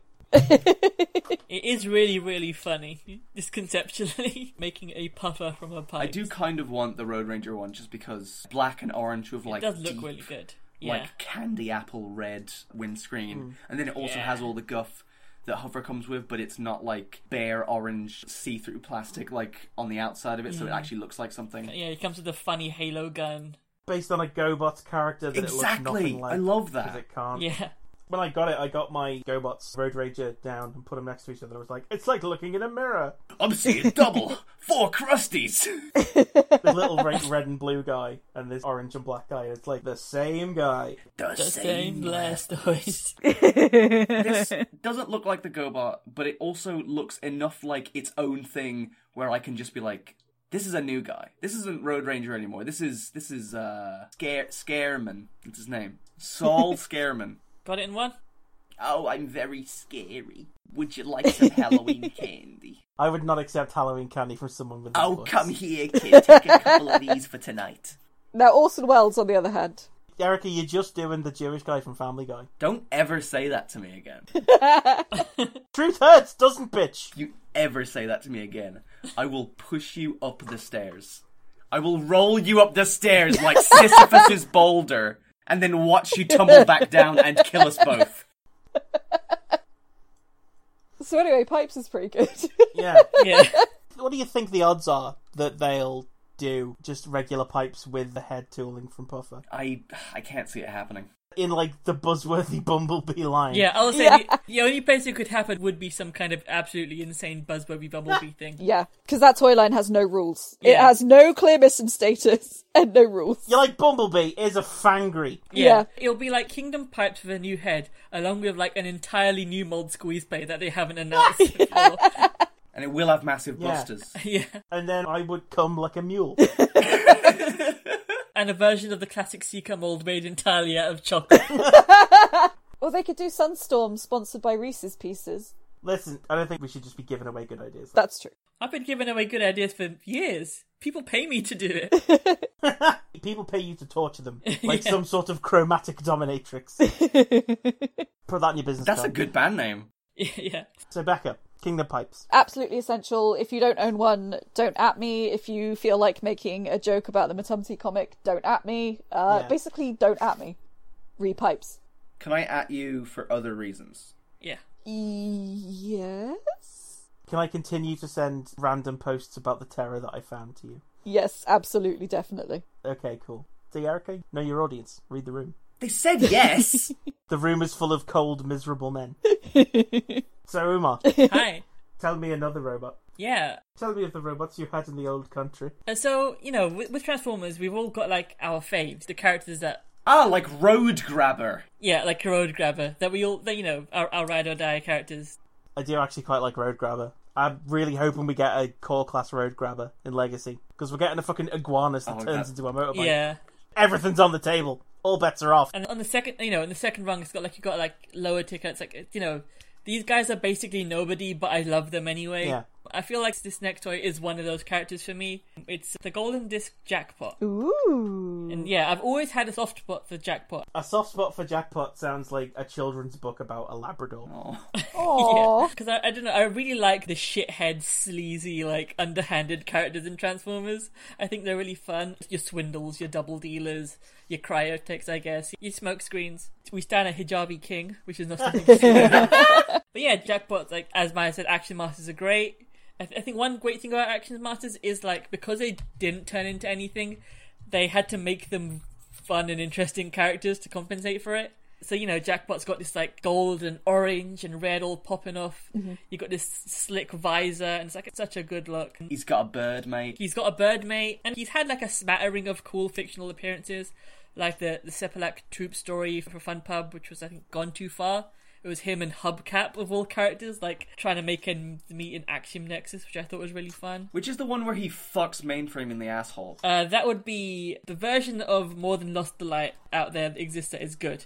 Speaker 4: It is really, really funny, just conceptually, *laughs* making a puffer from a pipe.
Speaker 2: I do kind of want the Road Ranger one just because black and orange with like
Speaker 4: It does look
Speaker 2: deep,
Speaker 4: really good.
Speaker 2: like
Speaker 4: Yeah.
Speaker 2: candy apple red windscreen, and then it also
Speaker 4: Yeah.
Speaker 2: has all the guff that Hover comes with, but it's not like bare orange see through plastic like on the outside of it, so it actually looks like something.
Speaker 4: Mm. yeah, it comes with a funny halo gun.
Speaker 1: Based on a GoBots character that it looks
Speaker 2: Exactly,
Speaker 1: nothing like.
Speaker 2: I love
Speaker 1: 'cause
Speaker 2: that.
Speaker 1: it can't.
Speaker 4: Yeah.
Speaker 1: When I got it, I got my GoBots Road Rager down and put them next to each other. I was like, it's like looking in a mirror.
Speaker 2: I'm
Speaker 4: *laughs*
Speaker 2: seeing double four crusties.
Speaker 1: The little red, red and blue guy and this orange and black guy. It's like the same guy.
Speaker 2: The,
Speaker 4: The same
Speaker 2: *laughs*
Speaker 4: Blastoise.
Speaker 2: this doesn't look like the GoBot, but it also looks enough like its own thing where I can just be like, this is a new guy. This isn't Road Ranger anymore. This is this is uh Scare Scareman. That's his name. Saul Scareman.
Speaker 4: Got it in one?
Speaker 2: Oh, I'm very scary. Would you like some Halloween candy?
Speaker 1: I would not accept Halloween candy from someone with that
Speaker 2: Oh,
Speaker 1: voice.
Speaker 2: come here, kid. Take a couple of these for tonight.
Speaker 3: Now Orson Welles, on the other hand,
Speaker 1: Erica, you're just doing the Jewish guy from Family Guy.
Speaker 2: Don't ever say that to me again.
Speaker 1: Truth hurts, doesn't bitch?
Speaker 2: you ever say that to me again, I will push you up the stairs. I will roll you up the stairs like Sisyphus's boulder, and then watch you tumble back down and kill us both.
Speaker 3: So anyway, Pipes is pretty good. *laughs*
Speaker 1: Yeah.
Speaker 4: Yeah.
Speaker 1: *laughs* what do you think the odds are that they'll do just regular pipes with the head tooling from Puffer
Speaker 2: I I can't see it happening.
Speaker 1: in like the buzzworthy Bumblebee line?
Speaker 4: Yeah, I'll say
Speaker 3: Yeah.
Speaker 4: The, the only place it could happen would be some kind of absolutely insane Buzzworthy Bumblebee thing.
Speaker 3: yeah, because that toy line has no rules. It
Speaker 4: Yeah.
Speaker 3: has no clear mission status *laughs* and no rules.
Speaker 1: You're like Bumblebee is a fangry.
Speaker 3: Yeah.
Speaker 4: It'll be like Kingdom Pipes with a new head, along with like an entirely new mold squeeze play that they haven't announced before.
Speaker 2: And it will have massive
Speaker 1: Yeah.
Speaker 2: busters.
Speaker 4: yeah.
Speaker 1: And then I would come like a mule.
Speaker 4: And a version of the classic Seeker mold made entirely out of chocolate.
Speaker 3: Or they could do Sunstorm sponsored by Reese's Pieces.
Speaker 1: Listen, I don't think we should just be giving away good ideas.
Speaker 3: That's true.
Speaker 4: I've been giving away good ideas for years. People pay me to do it. *laughs*
Speaker 1: People pay you to torture them, like some sort of chromatic dominatrix. Put that in your business.
Speaker 2: That's a
Speaker 1: card.
Speaker 2: good band name.
Speaker 4: yeah.
Speaker 1: So Becca, Kingdom Pipes.
Speaker 3: Absolutely essential. If you don't own one, don't at me. If you feel like making a joke about the Matumti comic, don't at me. Uh,
Speaker 1: Yeah.
Speaker 3: Basically, don't at me. Repipes.
Speaker 2: Can I at you for other reasons?
Speaker 4: Yeah.
Speaker 3: Yes?
Speaker 1: Can I continue to send random posts about the terror that I found to you?
Speaker 3: Yes, absolutely, definitely.
Speaker 1: Okay, cool. See, Erica, know your audience. Read the room.
Speaker 2: They said yes.
Speaker 1: The room is full of cold, miserable men. so Umar,
Speaker 4: Hi.
Speaker 1: tell me another robot.
Speaker 4: Yeah.
Speaker 1: Tell me of the robots you had in the old country.
Speaker 4: Uh, So, you know, with, with Transformers, we've all got like our faves, the characters that
Speaker 2: ah, like Road Grabber.
Speaker 4: Yeah, like a road grabber that we all, that, you know, our, our ride or die characters.
Speaker 1: I do actually quite like Road Grabber. I'm really hoping we get a core class Road Grabber in Legacy because we're getting a fucking iguanas that
Speaker 2: Oh,
Speaker 1: turns
Speaker 2: that-
Speaker 1: into a motorbike.
Speaker 4: Yeah,
Speaker 1: Everything's on the table. All bets are off.
Speaker 4: and on the second, you know, in the second rung, it's got like you got like lower tickets, like it's, you know, these guys are basically nobody, but I love them anyway.
Speaker 1: Yeah.
Speaker 4: I feel like this next toy is one of those characters for me. It's the Golden Disc Jackpot,
Speaker 3: Ooh.
Speaker 4: and yeah, I've always had a soft spot for Jackpot. *laughs*
Speaker 1: A soft spot for Jackpot sounds like a children's book about a Labrador.
Speaker 2: Oh,
Speaker 4: *laughs*
Speaker 3: Aww.
Speaker 4: Because I, I don't know, I really like the shithead, sleazy, like underhanded characters in Transformers. I think they're really fun. Your swindles, your double dealers, your cryotics, I guess, your smoke screens. We stand a hijabi king, which is not something to do. But yeah, jackpots, like, as Maya said, Action Masters are great. I, th- I think one great thing about Action Masters is, like, because they didn't turn into anything, they had to make them fun and interesting characters to compensate for it. So, you know, Jackpot's got this, like, gold and orange and red all popping off. you got this slick visor, and it's, like, it's such a good look.
Speaker 2: he's got a bird, mate.
Speaker 4: He's got a bird mate, and he's had like a smattering of cool fictional appearances, like the the Sepalak troop story for Fun Pub, which was I think gone too far. It was him and Hubcap of all characters, like trying to make him meet in Axiom Nexus, which I thought was really fun.
Speaker 2: Which is the one where he fucks mainframe in the asshole.
Speaker 4: Uh, that would be the version of More Than Lost the Light out there that exists that is good.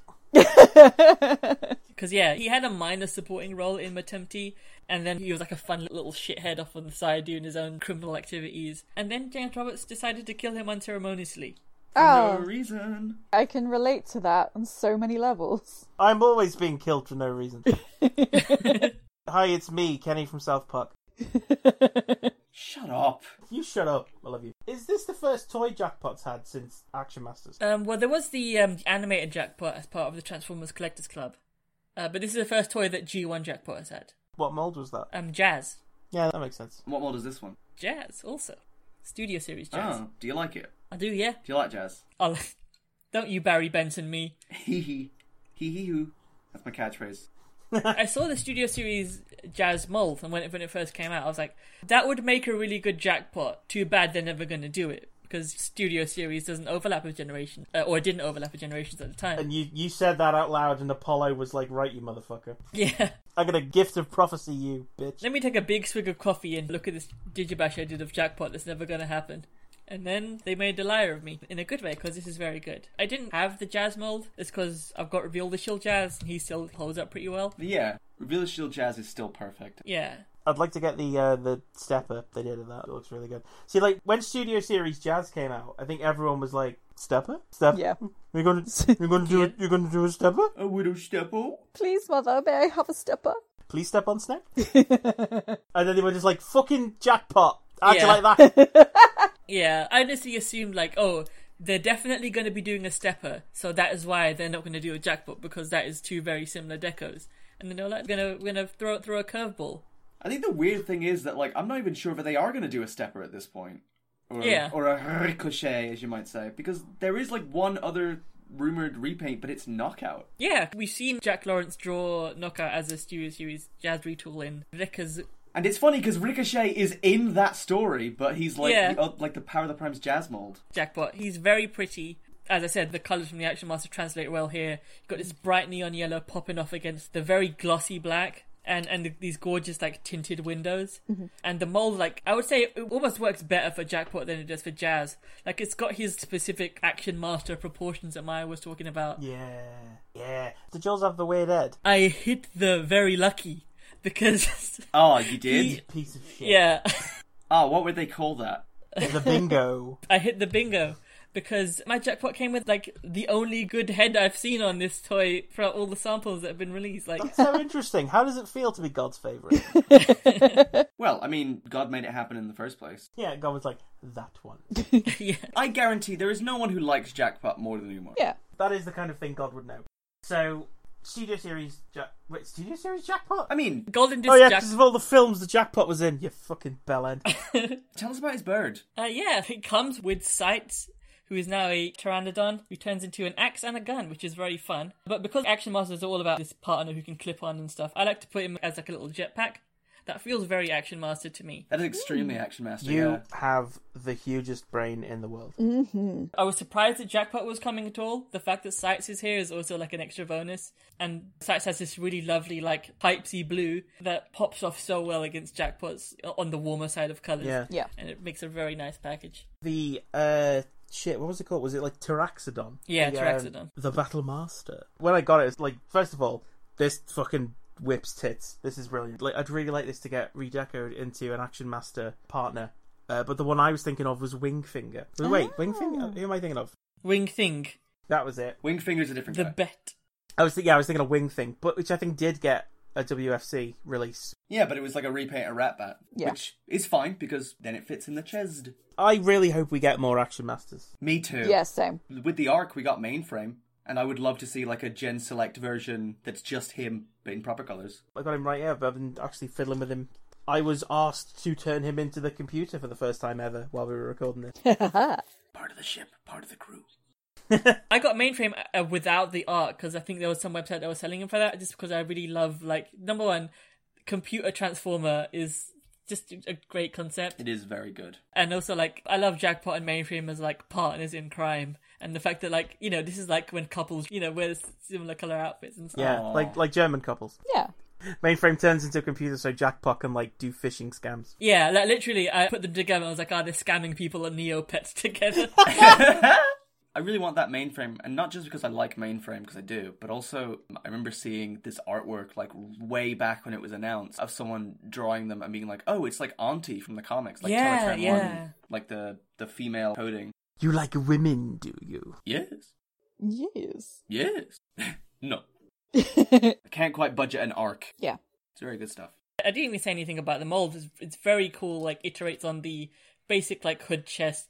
Speaker 4: Because, yeah, he had a minor supporting role in Matemti, and then he was like a fun little shithead off on the side doing his own criminal activities. And then James Roberts decided to kill him unceremoniously.
Speaker 2: No
Speaker 3: Oh,
Speaker 2: reason.
Speaker 3: I can relate to that on so many levels. *laughs*
Speaker 1: I'm always being killed for no reason. Hi, it's me, Kenny from South Park.
Speaker 2: Shut up.
Speaker 1: You shut up. I love you. Is this the first toy Jackpot's had since Action Masters?
Speaker 4: Um, well, there was the um, animated jackpot as part of the Transformers Collectors Club, uh, but this is the first toy that G1 Jackpot has had.
Speaker 1: What mold was that?
Speaker 4: Um, Jazz.
Speaker 1: Yeah, that makes sense.
Speaker 2: What mold is this one?
Speaker 4: Jazz, also. Studio Series Jazz.
Speaker 2: Oh, do you like it?
Speaker 4: I do, yeah.
Speaker 2: Do you like jazz? *laughs*
Speaker 4: I'll... *laughs* Don't you Barry Benson me.
Speaker 2: Hee hee. Hee hee hoo. That's my catchphrase.
Speaker 4: I saw the Studio Series Jazz mold, and when it, when it first came out, I was like, that would make a really good jackpot. Too bad they're never going to do it because Studio Series doesn't overlap with Generation, uh, or it didn't overlap with Generations at the time.
Speaker 1: And you, you said that out loud, and Apollo was like, right, you motherfucker.
Speaker 4: *laughs* yeah.
Speaker 1: I got a gift of prophecy, you bitch.
Speaker 4: Let me take a big swig of coffee and look at this digibash I did of jackpot that's never gonna happen. And then they made a liar of me in a good way because this is very good. I didn't have the jazz mold. It's because I've got reveal the shield jazz and he still holds up pretty well.
Speaker 2: But yeah, Reveal the Shield Jazz is still perfect.
Speaker 4: Yeah,
Speaker 1: I'd like to get the uh, the stepper they did of that. It looks really good. See, like when Studio Series Jazz came out, I think everyone was like, "Stepper, stepper, *laughs*
Speaker 3: Yeah.
Speaker 1: we're gonna you're gonna
Speaker 4: *laughs*
Speaker 1: do it, you're gonna do a stepper.
Speaker 2: A widow steppo?
Speaker 3: Please, mother, may I have a stepper?
Speaker 1: Please step on
Speaker 4: *laughs*
Speaker 1: snake." and then they were just like, "Fucking jackpot." How'd you
Speaker 4: Yeah.
Speaker 1: like
Speaker 4: *laughs*
Speaker 1: that?
Speaker 4: yeah. I honestly assumed like, oh, they're definitely going to be doing a stepper, so that is why they're not going to do a jackpot because that is two very similar decos. and then they were like, "We're gonna we're gonna throw throw a curveball."
Speaker 2: I think the weird thing is that like I'm not even sure if they are going to do a stepper at this point, or
Speaker 4: Yeah.
Speaker 2: or a ricochet as you might say, because there is like one other rumored repaint, but it's knockout.
Speaker 4: Yeah, we've seen Jack Lawrence draw knockout as a series series jazz retool in Vickers.
Speaker 2: And it's funny because Ricochet is in that story, but he's like
Speaker 4: Yeah.
Speaker 2: the, uh, like the Power of the Prime's jazz mold.
Speaker 4: Jackpot. He's very pretty. As I said, the colours from the Action Master translate well here. You've got this bright neon yellow popping off against the very glossy black and, and the, these gorgeous, like, tinted windows. And the mold, like, I would say it almost works better for Jackpot than it does for Jazz. Like, it's got his specific Action Master proportions that Maya was talking about.
Speaker 1: Yeah, yeah. The Jaws have the weird head.
Speaker 4: I hit the very lucky because, *laughs*
Speaker 2: Oh, you did?
Speaker 4: He-
Speaker 1: Piece of shit.
Speaker 4: yeah. *laughs*
Speaker 2: Oh, what would they call that?
Speaker 1: The
Speaker 4: *laughs*
Speaker 1: bingo.
Speaker 4: I hit the bingo because my jackpot came with like the only good head I've seen on this toy throughout all the samples that have been released. Like,
Speaker 1: so interesting. How does it feel to be God's
Speaker 4: *laughs*
Speaker 1: favorite?
Speaker 2: Well, I mean, God made it happen in the first place.
Speaker 1: Yeah, God was like that one.
Speaker 4: yeah,
Speaker 2: I guarantee there is no one who likes Jackpot more than Umar.
Speaker 3: Yeah.
Speaker 1: That is the kind of thing God would know. So, Studio Series Jack. Wait, Studio Series Jackpot?
Speaker 2: I mean,
Speaker 4: golden disc
Speaker 1: oh, yeah,
Speaker 4: jack.
Speaker 1: because of all the films the jackpot was in, you fucking bell end.
Speaker 2: tell us about his bird.
Speaker 4: Uh, yeah, *laughs* it comes with sights. Who is now a pteranodon who turns into an axe and a gun, which is very fun. But because Action Masters are all about this partner who can clip on and stuff, I like to put him as like a little jetpack. That feels very Action Master to me.
Speaker 2: That is extremely
Speaker 3: Hmm.
Speaker 2: action master.
Speaker 1: You
Speaker 2: yeah.
Speaker 1: have the hugest brain in the world.
Speaker 4: I was surprised that Jackpot was coming at all. The fact that Sykes is here is also like an extra bonus. And Sykes has this really lovely, like, pipesy blue that pops off so well against Jackpot's on the warmer side of colours.
Speaker 1: Yeah.
Speaker 3: Yeah.
Speaker 4: And it makes a very nice package.
Speaker 1: The, uh, shit, what was it called? Was it like Taraxodon?
Speaker 4: Yeah,
Speaker 1: the,
Speaker 4: Taraxodon.
Speaker 1: Um, the Battle Master. When I got it, it's like, first of all, this fucking whips tits. This is brilliant. Like, I'd really like this to get redecoed into an Action Master partner. Uh, but the one I was thinking of was Wingfinger. Wait, Wingfinger? Who am I thinking of?
Speaker 4: Wing Thing,
Speaker 1: That was it.
Speaker 2: Wingfinger's a different
Speaker 4: the
Speaker 2: guy.
Speaker 4: bet.
Speaker 1: I was thinking, yeah, I was thinking a wing thing, but which I think did get a WFC release.
Speaker 2: Yeah, but it was like a repaint of Rat Bat,
Speaker 3: Yeah.
Speaker 2: which is fine because then it fits in the chest.
Speaker 1: I really hope we get more Action Masters.
Speaker 2: Me too.
Speaker 3: Yeah, same.
Speaker 2: With the arc, we got mainframe, and I would love to see like a Gen Select version that's just him, but in proper colors.
Speaker 1: I got him right here, but I've been actually fiddling with him. I was asked to turn him into the computer for the first time ever while we were recording this.
Speaker 2: Part of the ship, part of the crew.
Speaker 4: I got mainframe uh, without the art because I think there was some website that was selling him for that. Just because I really love like number one, computer transformer is just a great concept,
Speaker 2: It is very good.
Speaker 4: and also like I love jackpot and mainframe as like partners in crime, and the fact that like you know this is like when couples you know wear similar color outfits and stuff.
Speaker 1: Yeah,
Speaker 2: Aw.
Speaker 1: like like German couples.
Speaker 3: Yeah.
Speaker 1: Mainframe turns into a computer so Jackpot can like do phishing scams.
Speaker 4: Yeah, like literally, I put them together. and I was like, "Ah, they're scamming people and Neopets *laughs* together."
Speaker 2: I really want that mainframe, and not just because I like mainframe, because I do, but also I remember seeing this artwork like way back when it was announced of someone drawing them and being like, "Oh, it's like Auntie from the comics, like
Speaker 4: Yeah,
Speaker 2: Teletran
Speaker 4: yeah.
Speaker 2: One, like the the female coding."
Speaker 1: You like women, do you?
Speaker 2: Yes,
Speaker 3: Yes.
Speaker 2: yes, *laughs* no, I can't quite budget an arc.
Speaker 3: *laughs* yeah.
Speaker 2: It's very good stuff.
Speaker 4: I didn't even say anything about the mold. It's, it's very cool. Like iterates on the basic like hood, chest,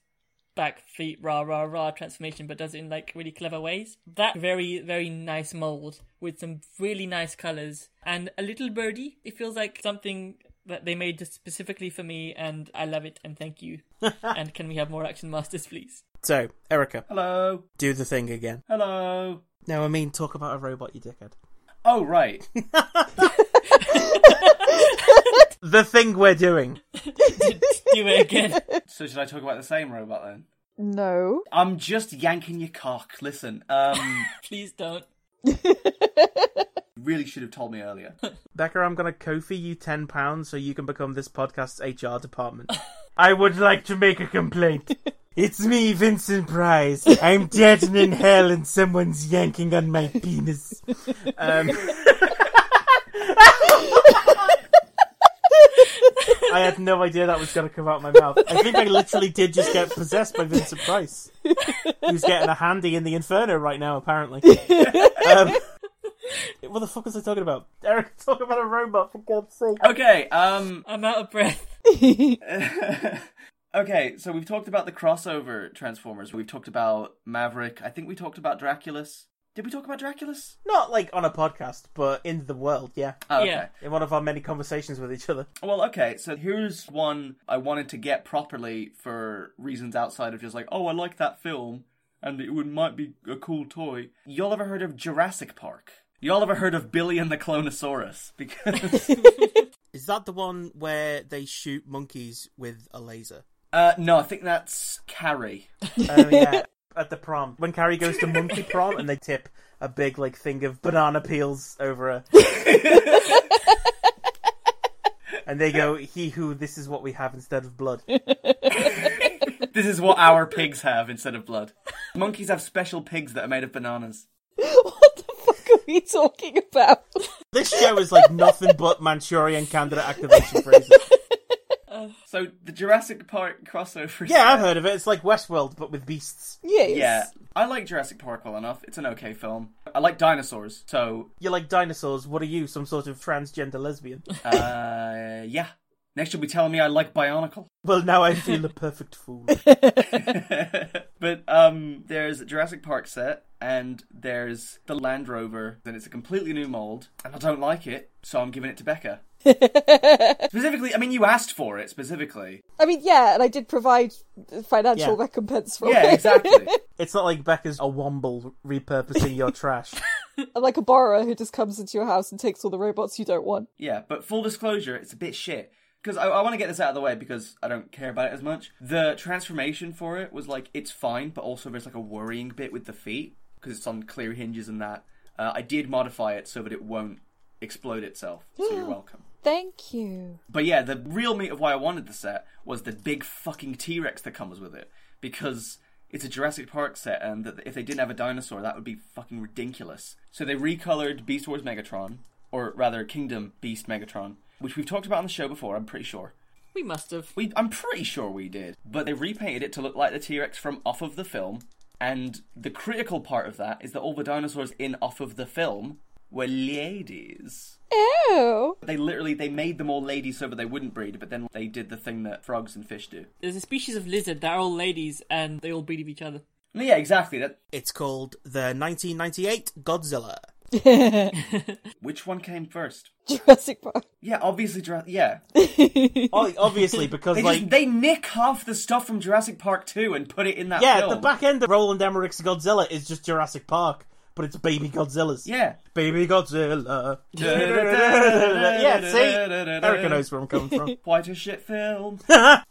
Speaker 4: back, feet, rah rah rah transformation, but does it in like really clever ways. That very very nice mold with some really nice colors and a little birdie. It feels like something that they made just specifically for me, and I love it. And thank you. and can we have more action masters, please?
Speaker 1: So, Erica,
Speaker 2: Hello,
Speaker 1: do the thing again.
Speaker 2: hello.
Speaker 1: No, I mean talk about a robot, you dickhead.
Speaker 4: *laughs*
Speaker 2: Oh right,
Speaker 1: The thing we're doing.
Speaker 4: Do it again.
Speaker 2: so should I talk about the same robot then?
Speaker 3: No.
Speaker 2: I'm just yanking your cock. Listen,
Speaker 4: *laughs*
Speaker 2: um,
Speaker 4: please don't.
Speaker 2: you really should have told me earlier.
Speaker 1: Becca, I'm going to Kofi you £10 so you can become this podcast's HR department. I would like to make a complaint. It's me, Vincent Price. I'm dead and in hell, and someone's yanking on my penis. Um, I had no idea that was going to come out my mouth. I think I literally did just get possessed by Vincent Price, who's getting a handy in the inferno right now, apparently. Um, what the fuck was I talking about? Eric, talk about a robot, for God's sake.
Speaker 2: Okay, um,
Speaker 4: I'm out of breath.
Speaker 3: *laughs*
Speaker 2: *laughs* okay, so we've talked about the crossover Transformers. We've talked about Maverick. I think we talked about Draculus. Did we talk about Draculus?
Speaker 1: Not like on a podcast, but in the world, yeah.
Speaker 2: Oh, okay.
Speaker 4: Yeah.
Speaker 1: In one of our many conversations with each other.
Speaker 2: Well, okay. So here's one I wanted to get properly for reasons outside of just like, oh, I like that film and it would, might be a cool toy. Y'all ever heard of Jurassic Park? Y'all ever heard of Billy and the Clonosaurus? *laughs* Because
Speaker 1: Is that the one where they shoot monkeys with a laser?
Speaker 2: uh, no, I think that's Carrie.
Speaker 1: Oh yeah, *laughs* at the prom when Carrie goes to monkey prom and they tip a big like thing of banana peels over her, *laughs* and they go, "He who this is what we have instead of blood."
Speaker 2: This is what our pigs have instead of blood. Monkeys have special pigs that are made of bananas.
Speaker 3: what the fuck are we talking about?
Speaker 1: *laughs*
Speaker 3: *laughs*
Speaker 1: This show is like nothing but Manchurian candidate activation phrases.
Speaker 2: So the Jurassic Park crossover. is-
Speaker 1: Yeah, I've heard of it. It's like Westworld but with beasts.
Speaker 3: yes.
Speaker 2: Yeah, I like Jurassic Park well enough. It's an okay film. I like dinosaurs, so
Speaker 1: You're like dinosaurs. What are you? Some sort of transgender lesbian? *laughs*
Speaker 2: uh, yeah. Next, you'll be telling me I like Bionicle.
Speaker 1: well, now I feel a perfect fool.
Speaker 2: but um, there's a Jurassic Park set, and there's the Land Rover, and it's a completely new mold, and I don't like it, so I'm giving it
Speaker 1: *laughs*
Speaker 2: to Becca. specifically, I mean, you asked for
Speaker 1: *laughs*
Speaker 2: it specifically.
Speaker 3: I mean, yeah, and I did provide financial
Speaker 1: Yeah.
Speaker 3: recompense for
Speaker 2: Yeah,
Speaker 3: it.
Speaker 2: exactly.
Speaker 1: It's not like Becca's a womble repurposing your trash.
Speaker 3: I'm *laughs* like a borrower who just comes into your house and takes all the robots you don't want.
Speaker 2: Yeah, but full disclosure, it's a bit shit. Because I, I want to get this out of the way because I don't care about it as much. The transformation for it was like, it's fine, but also there's like a worrying bit with the feet because it's on clear hinges and that. Uh, I did modify it so that it won't explode itself. So you're welcome.
Speaker 3: Thank you.
Speaker 2: But yeah, the real meat of why I wanted the set was the big fucking T Rex that comes with it because it's a Jurassic Park set, and that if they didn't have a dinosaur, that would be fucking ridiculous. So they recolored Beast Wars Megatron, or rather Kingdom Beast Megatron, which we've talked about on the show before. I'm pretty sure
Speaker 4: We must have.
Speaker 2: we. I'm pretty sure we did, but they repainted it to look like the T Rex from off of the film. And the critical part of that is that all the dinosaurs in off of the film were ladies.
Speaker 3: Ew. *laughs*
Speaker 2: They literally they made them all ladies so that they wouldn't breed, but then they did the thing that frogs and fish do.
Speaker 4: There's a species of lizard that are all ladies and they all beat each other.
Speaker 2: No, yeah, exactly. That
Speaker 1: *laughs* It's called the 1998 Godzilla.
Speaker 2: which one came first?
Speaker 3: Jurassic Park.
Speaker 2: Yeah, obviously, Jura- yeah.
Speaker 1: Oh, obviously, because
Speaker 2: They
Speaker 1: like
Speaker 2: just they nick half the stuff from Jurassic Park two and put it in that.
Speaker 1: yeah,
Speaker 2: film.
Speaker 1: the back end of Roland Emmerich's Godzilla is just Jurassic Park, but it's baby Godzilla's. *laughs*
Speaker 2: Yeah.
Speaker 1: baby Godzilla. yeah, see, Erica knows where I'm coming from.
Speaker 2: Quite a shit film.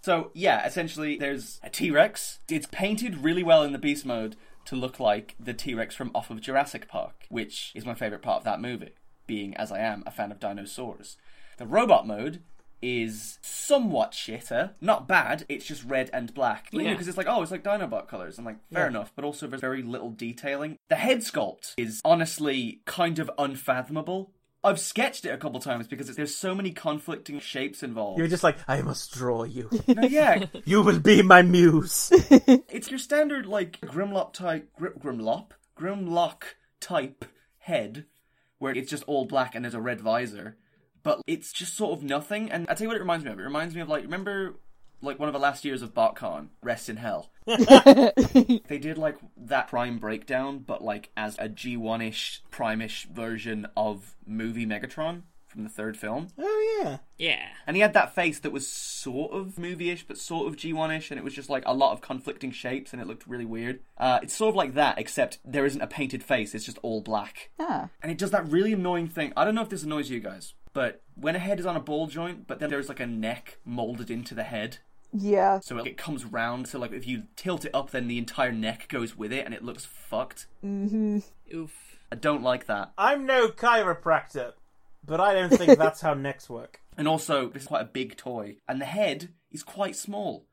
Speaker 2: so yeah, essentially, there's a T Rex. It's painted really well in the Beast mode to look like the T Rex from off of Jurassic Park, which is my favorite part of that movie. Being as I am a fan of dinosaurs, the robot mode is somewhat shitter. Not bad. It's just red and black. Because
Speaker 4: Yeah.
Speaker 2: it's like, oh, it's like Dinobot colors. I'm like, fair enough. But also, there's very little detailing. The head sculpt is honestly kind of unfathomable. I've sketched it a couple times because it's- there's so many conflicting shapes involved.
Speaker 1: You're just like, I must draw you. *laughs*
Speaker 2: No, yeah,
Speaker 1: You will be my muse.
Speaker 2: it's your standard like Grimlock type, gri- Grimlock, Grimlock type head, where it's just all black and there's a red visor, but it's just sort of nothing. And I tell you what, it reminds me of. It reminds me of like remember like one of the last years of BotCon, Rest in Hell. they did like that Prime breakdown, but like as a G1 ish Prime-ish version of movie Megatron from the third film.
Speaker 1: *laughs* oh yeah,
Speaker 4: Yeah.
Speaker 2: And he had that face that was sort of movie-ish, but sort of G1-ish, and it was just like a lot of conflicting shapes, and it looked really weird. Uh, it's sort of like that, except there isn't a painted face; it's just all black.
Speaker 3: Ah.
Speaker 2: And it does that really annoying thing. I don't know if this annoys you guys, but when a head is on a ball joint, but then there's like a neck molded into the head,
Speaker 3: Yeah.
Speaker 2: so it, it comes round. So like if you tilt it up, then the entire neck goes with it, and it looks fucked.
Speaker 4: Oof.
Speaker 2: I don't like that.
Speaker 1: I'm no chiropractor, but I don't think that's how necks work.
Speaker 2: And also, this is quite a big toy, and the head is quite small.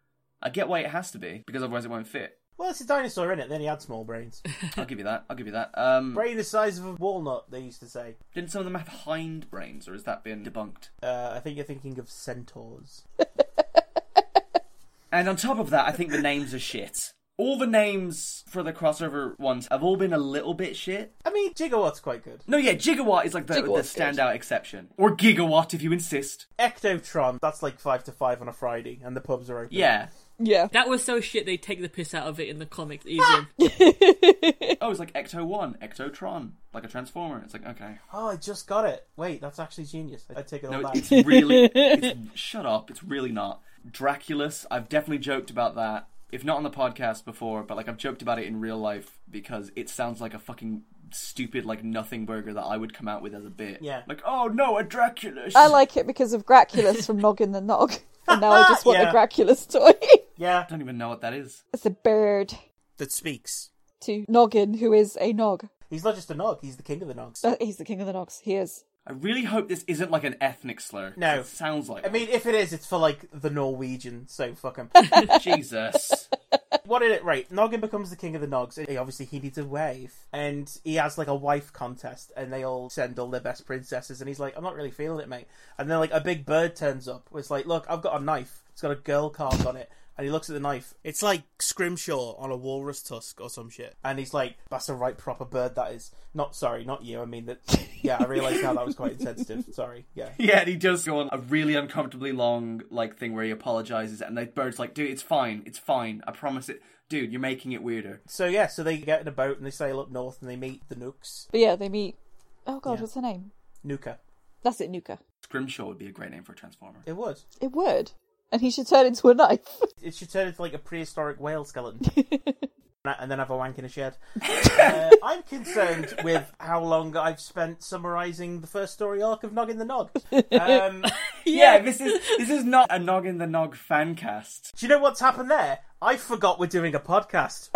Speaker 2: I get why it has to be because otherwise it won't fit.
Speaker 1: Well, it's a dinosaur in it. Then he had small brains,
Speaker 2: I'll give you that. I'll give you that. Um,
Speaker 1: brain the size of a walnut. They used to say.
Speaker 2: didn't some of them have hind brains, or has that been debunked?
Speaker 1: Uh, I think you're thinking of centaurs.
Speaker 2: And on top of that, I think the names are shit. All the names for the crossover ones have all been a little bit shit.
Speaker 1: I mean, Gigawatt's quite good.
Speaker 2: No, yeah, Gigawatt is like the, the
Speaker 3: Gigawatt's good.
Speaker 2: standout exception, or Gigawatt if you insist.
Speaker 1: Ectotron, that's like 5 to 5 on a Friday, and the pubs are open.
Speaker 2: Yeah,
Speaker 3: Yeah.
Speaker 4: That was so shit. They take the piss out of it in the comics. Easy.
Speaker 2: Oh, it's like Ecto One, Ectotron, like a transformer. It's like okay,
Speaker 1: Oh, I just got it. Wait, that's actually genius. I, I take it all
Speaker 2: no,
Speaker 1: back.
Speaker 2: it's really.
Speaker 1: *laughs*
Speaker 2: It's, shut up! It's really not Draculus. I've definitely joked about that, if not on the podcast before, but like I've joked about it in real life because it sounds like a fucking stupid like nothing burger that I would come out with as a bit.
Speaker 1: Yeah.
Speaker 2: Like oh no, a Draculus.
Speaker 3: I like it because of Graculus from Noggin the Nog. And now I just want
Speaker 1: Yeah.
Speaker 3: a Graculus toy. *laughs*
Speaker 1: yeah,
Speaker 2: *laughs* I don't even know what that is.
Speaker 3: it's a bird
Speaker 1: that speaks.
Speaker 3: to Noggin, who is a Nog.
Speaker 1: He's not just a nog. He's the king of the nogs.
Speaker 2: *laughs*
Speaker 3: Uh, He's the king of the Nogs. He is.
Speaker 2: I really hope this isn't like an ethnic slur. 'cause
Speaker 1: No.
Speaker 2: it sounds like.
Speaker 1: I mean, if it is, it's for like the Norwegian. So fuck him.
Speaker 2: *laughs*
Speaker 1: *laughs*
Speaker 2: Jesus.
Speaker 1: what is it? Right, Noggin becomes the king of the nogs. and he- obviously, he needs a wife, and he has like a wife contest, and they all send all their best princesses, and he's like, "I'm not really feeling it, mate." And then like a big bird turns up. It's like, "Look, I've got a knife. It's got a girl carved on it." And he looks at the knife. It's like scrimshaw on a walrus tusk or some shit. And he's like, "That's a right proper bird. That is not sorry, not you. I mean that. Yeah, I realised now that was quite insensitive. Sorry. Yeah,
Speaker 2: Yeah, and he does go on a really uncomfortably long like thing where he apologizes, and the bird's like, "Dude, it's fine, it's fine. I promise it, dude. You're making it weirder."
Speaker 1: So yeah, so they get in a boat and they sail up north and they meet the Nooks.
Speaker 3: But yeah, they meet. Oh god,
Speaker 1: Yeah.
Speaker 3: what's her name?
Speaker 1: Nuka.
Speaker 3: That's it, Nuka.
Speaker 2: Scrimshaw would be a great name for a transformer.
Speaker 1: It was.
Speaker 3: It would. And he should turn into a knife. *laughs*
Speaker 1: It should turn into like a prehistoric whale skeleton. and then have a wank in a shed. uh, I'm concerned with how long I've spent summarising the first story arc of Noggin the Nog. Um,
Speaker 2: Yeah, this is this is not a Nog in the Nog fan cast.
Speaker 1: do you know what's happened there? I forgot we're doing a podcast.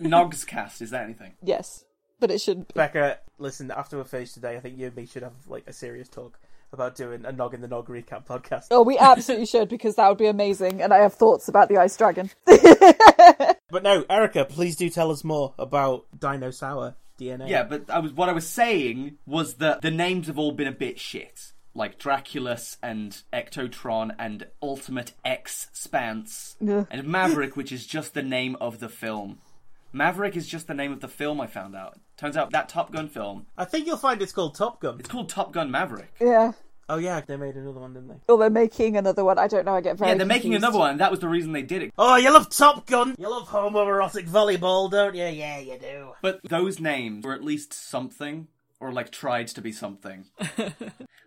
Speaker 2: Nog's cast is that anything?
Speaker 3: Yes. But it shouldn't be.
Speaker 1: Becca, listen, after we're finished today, I think you and me should have like a serious talk about doing a Noggin the Nog recap podcast.
Speaker 3: Oh, we absolutely should because that would be amazing. And I have thoughts about the ice dragon. *laughs*
Speaker 1: But no, Erica, please do tell us more about Dino Sour DNA.
Speaker 2: Yeah, but I was what I was saying was that the names have all been a bit shit. Like Draculus and Ectotron and Ultimate X Spance and Maverick, which is just the name of the film. Maverick is just the name of the film I found out. Turns out that Top Gun film,
Speaker 1: I think you'll find it's called Top Gun.
Speaker 2: it's called Top Gun Maverick.
Speaker 3: yeah.
Speaker 1: Oh yeah, they made another one, didn't they?
Speaker 3: Or they're making another one. I don't know. I get very.
Speaker 2: Yeah, they're making
Speaker 3: confused. *laughs*
Speaker 2: another one, and that was the reason they did it.
Speaker 1: Oh, you love Top Gun. You love homoerotic volleyball, don't you? Yeah, you do.
Speaker 2: But those names were at least something, or like tried to be something.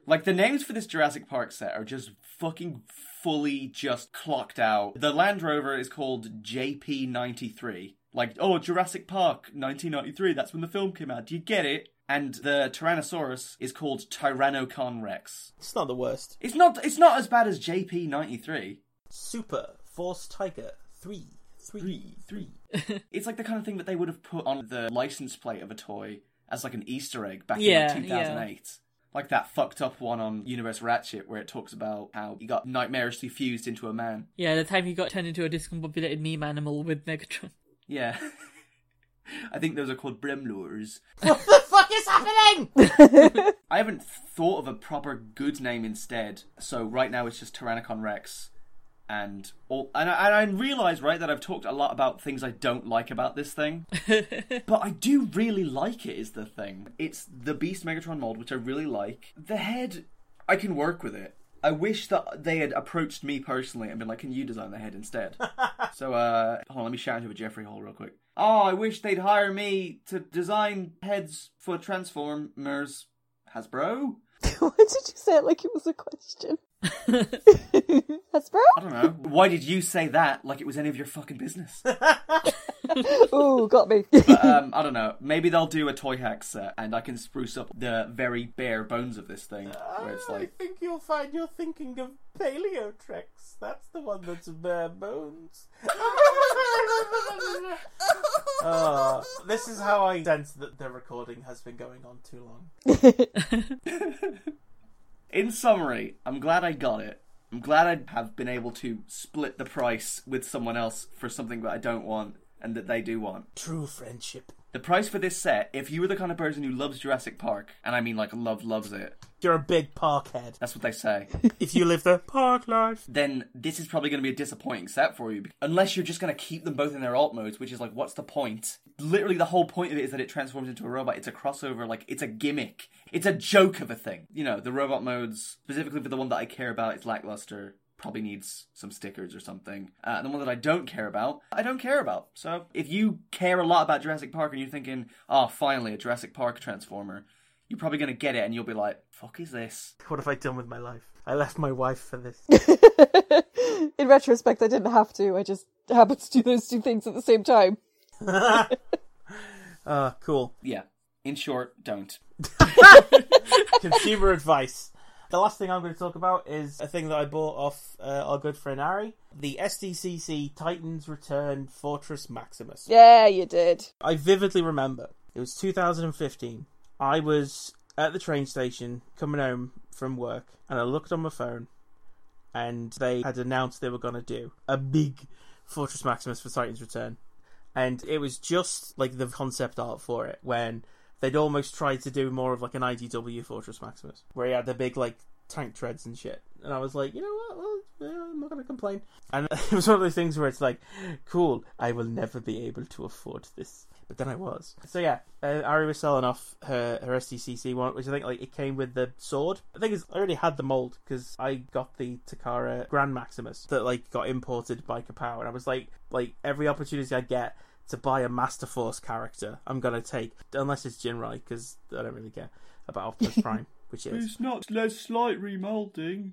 Speaker 2: like the names for this Jurassic Park set are just fucking fully just clocked out. The Land Rover is called JP93. Like, oh, Jurassic Park 1993, that's when the film came out. Do you get it? And the Tyrannosaurus is called Tyrannoconrex. Rex.
Speaker 1: It's not the worst.
Speaker 2: It's not it's not as bad as JP93.
Speaker 1: Super Force Tiger three, three, three.
Speaker 2: It's like the kind of thing that they would have put on the license plate of a toy as like an Easter egg back
Speaker 4: Yeah,
Speaker 2: in like 2008. Like that fucked up one on Universe Ratchet where it talks about how he got nightmarishly fused into a man.
Speaker 4: yeah, the time he got turned into a discombobulated meme animal with Megatron.
Speaker 2: Yeah. *laughs* I think those are called Bremlures.
Speaker 1: What the fuck is *laughs* happening?
Speaker 2: I haven't thought of a proper good name instead, so right now it's just Tyrannicon Rex. And all, and I, and I realize right that I've talked a lot about things I don't like about this thing, but I do really like it. Is the thing? It's the Beast Megatron mold, which I really like. The head, I can work with it. I wish that they had approached me personally and been like, "Can you design the head instead?" so, uh, hold on, let me shout into a Jeffrey Hall real quick. Oh, I wish they'd hire me to design heads for Transformers. Hasbro?
Speaker 3: Why did you say it like it was a *laughs* question? Hasbro?
Speaker 2: I don't know. *laughs* Why did you say that like it was any of your fucking business?
Speaker 3: Ooh, got me.
Speaker 2: *laughs*
Speaker 3: *laughs*
Speaker 2: um, I don't know. Maybe they'll do a toy hack set and I can spruce up the very bare bones of this thing. Where it's
Speaker 1: I
Speaker 2: like,
Speaker 1: think you'll find you're thinking of Paleo Trex. That's the one that's bare *laughs* bones. Uh, this is how I sense that the recording has been going on too long.
Speaker 2: in summary, I'm glad I got it. I'm glad I have been able to split the price with someone else for something that I don't want and that they do want.
Speaker 1: True friendship.
Speaker 2: The price for this set, if you were the kind of person who loves Jurassic Park, and I mean like love loves it,
Speaker 1: You're a big parkhead.
Speaker 2: that's what they say.
Speaker 1: If you live the park life.
Speaker 2: then this is probably going to be a disappointing set for you. Unless you're just going to keep them both in their alt modes, which is like, what's the point? Literally, the whole point of it is that it transforms into a robot. It's a crossover, like, it's a gimmick. It's a joke of a thing. You know, the robot modes, specifically for the one that I care about, is lackluster. probably needs some stickers or something. Uh, and the one that I don't care about, I don't care about. So if you care a lot about Jurassic Park and you're thinking, oh, finally a Jurassic Park Transformer, you're probably going to get it and you'll be like, fuck is this?
Speaker 1: What have I done with my life? I left my wife for this.
Speaker 3: In retrospect, I didn't have to. I just happened to do those two things at the same time.
Speaker 1: uh, cool.
Speaker 2: Yeah. In short, don't.
Speaker 1: Consumer *laughs* advice. The last thing I'm going to talk about is a thing that I bought off uh, our good friend Ari the SDCC Titans Return Fortress Maximus.
Speaker 3: Yeah, you did.
Speaker 1: I vividly remember it was 2015. I was at the train station coming home from work, and I looked on my phone, and they had announced they were going to do a big Fortress Maximus for Titan's Return, and it was just like the concept art for it when they'd almost tried to do more of like an IDW Fortress Maximus, where he had the big like tank treads and shit. And I was like, you know what? Well, yeah, I'm not going to complain. And *laughs* it was one of those things where it's like, cool, I will never be able to afford this. But then I was. So yeah, uh, Ari was selling off her, her SDCC one, which I think like it came with the sword. I think it's, I already had the mold because I got the Takara Grand Maximus that like got imported by Kapow, and I was like, like every opportunity I get to buy a Master Force character, I'm gonna take unless it's Jinrai because I don't really care about Optimus Prime, which it is
Speaker 2: not less slight remolding.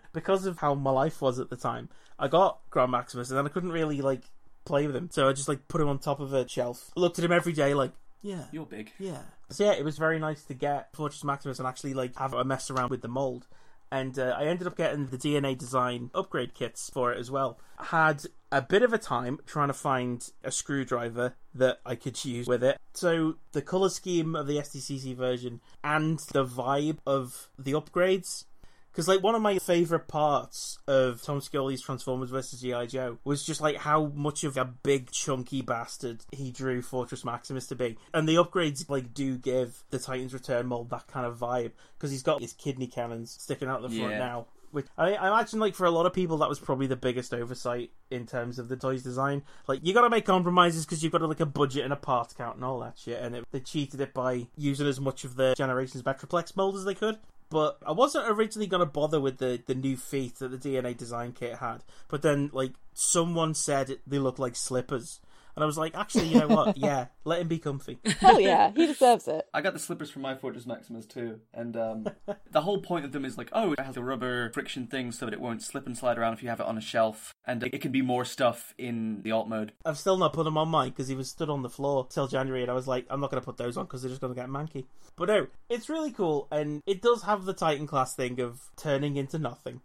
Speaker 1: *laughs* because of how my life was at the time, I got Grand Maximus, and then I couldn't really like play with him, so I just like put him on top of a shelf. Looked at him every day, like yeah,
Speaker 2: You're big.
Speaker 1: yeah. So yeah, it was very nice to get Fortress Maximus and actually like have a mess around with the mold. And uh, I ended up getting the DNA design upgrade kits for it as well. Had a bit of a time trying to find a screwdriver that I could use with it. So the color scheme of the STCC version and the vibe of the upgrades because like one of my favorite parts of Tom Scully's Transformers vs GI Joe was just like how much of a big chunky bastard he drew Fortress Maximus to be, and the upgrades like do give the Titans Return mold that kind of vibe because he's got his kidney cannons sticking out the front
Speaker 2: Yeah.
Speaker 1: now. Which I, I imagine, like for a lot of people, that was probably the biggest oversight in terms of the toys design. Like you got to make compromises because you've got like a budget and a part count and all that shit. And it, they cheated it by using as much of the Generations Metroplex mold as they could but I wasn't originally going to bother with the, the new feet that the DNA design kit had. But then, like, someone said it, they look like slippers. And I was like, actually, you know what? yeah, let him be comfy.
Speaker 3: Hell yeah, *laughs* he deserves it.
Speaker 2: I got the slippers from my Fortress Maximus too, and um, the whole point of them is like, oh, it has a rubber friction thing so that it won't slip and slide around if you have it on a shelf, and it can be more stuff in the alt mode.
Speaker 1: I've still not put him on mine because he was stood on the floor till January, and I was like, I'm not going to put those on because they're just going to get manky. But no, it's really cool, and it does have the Titan class thing of turning into nothing.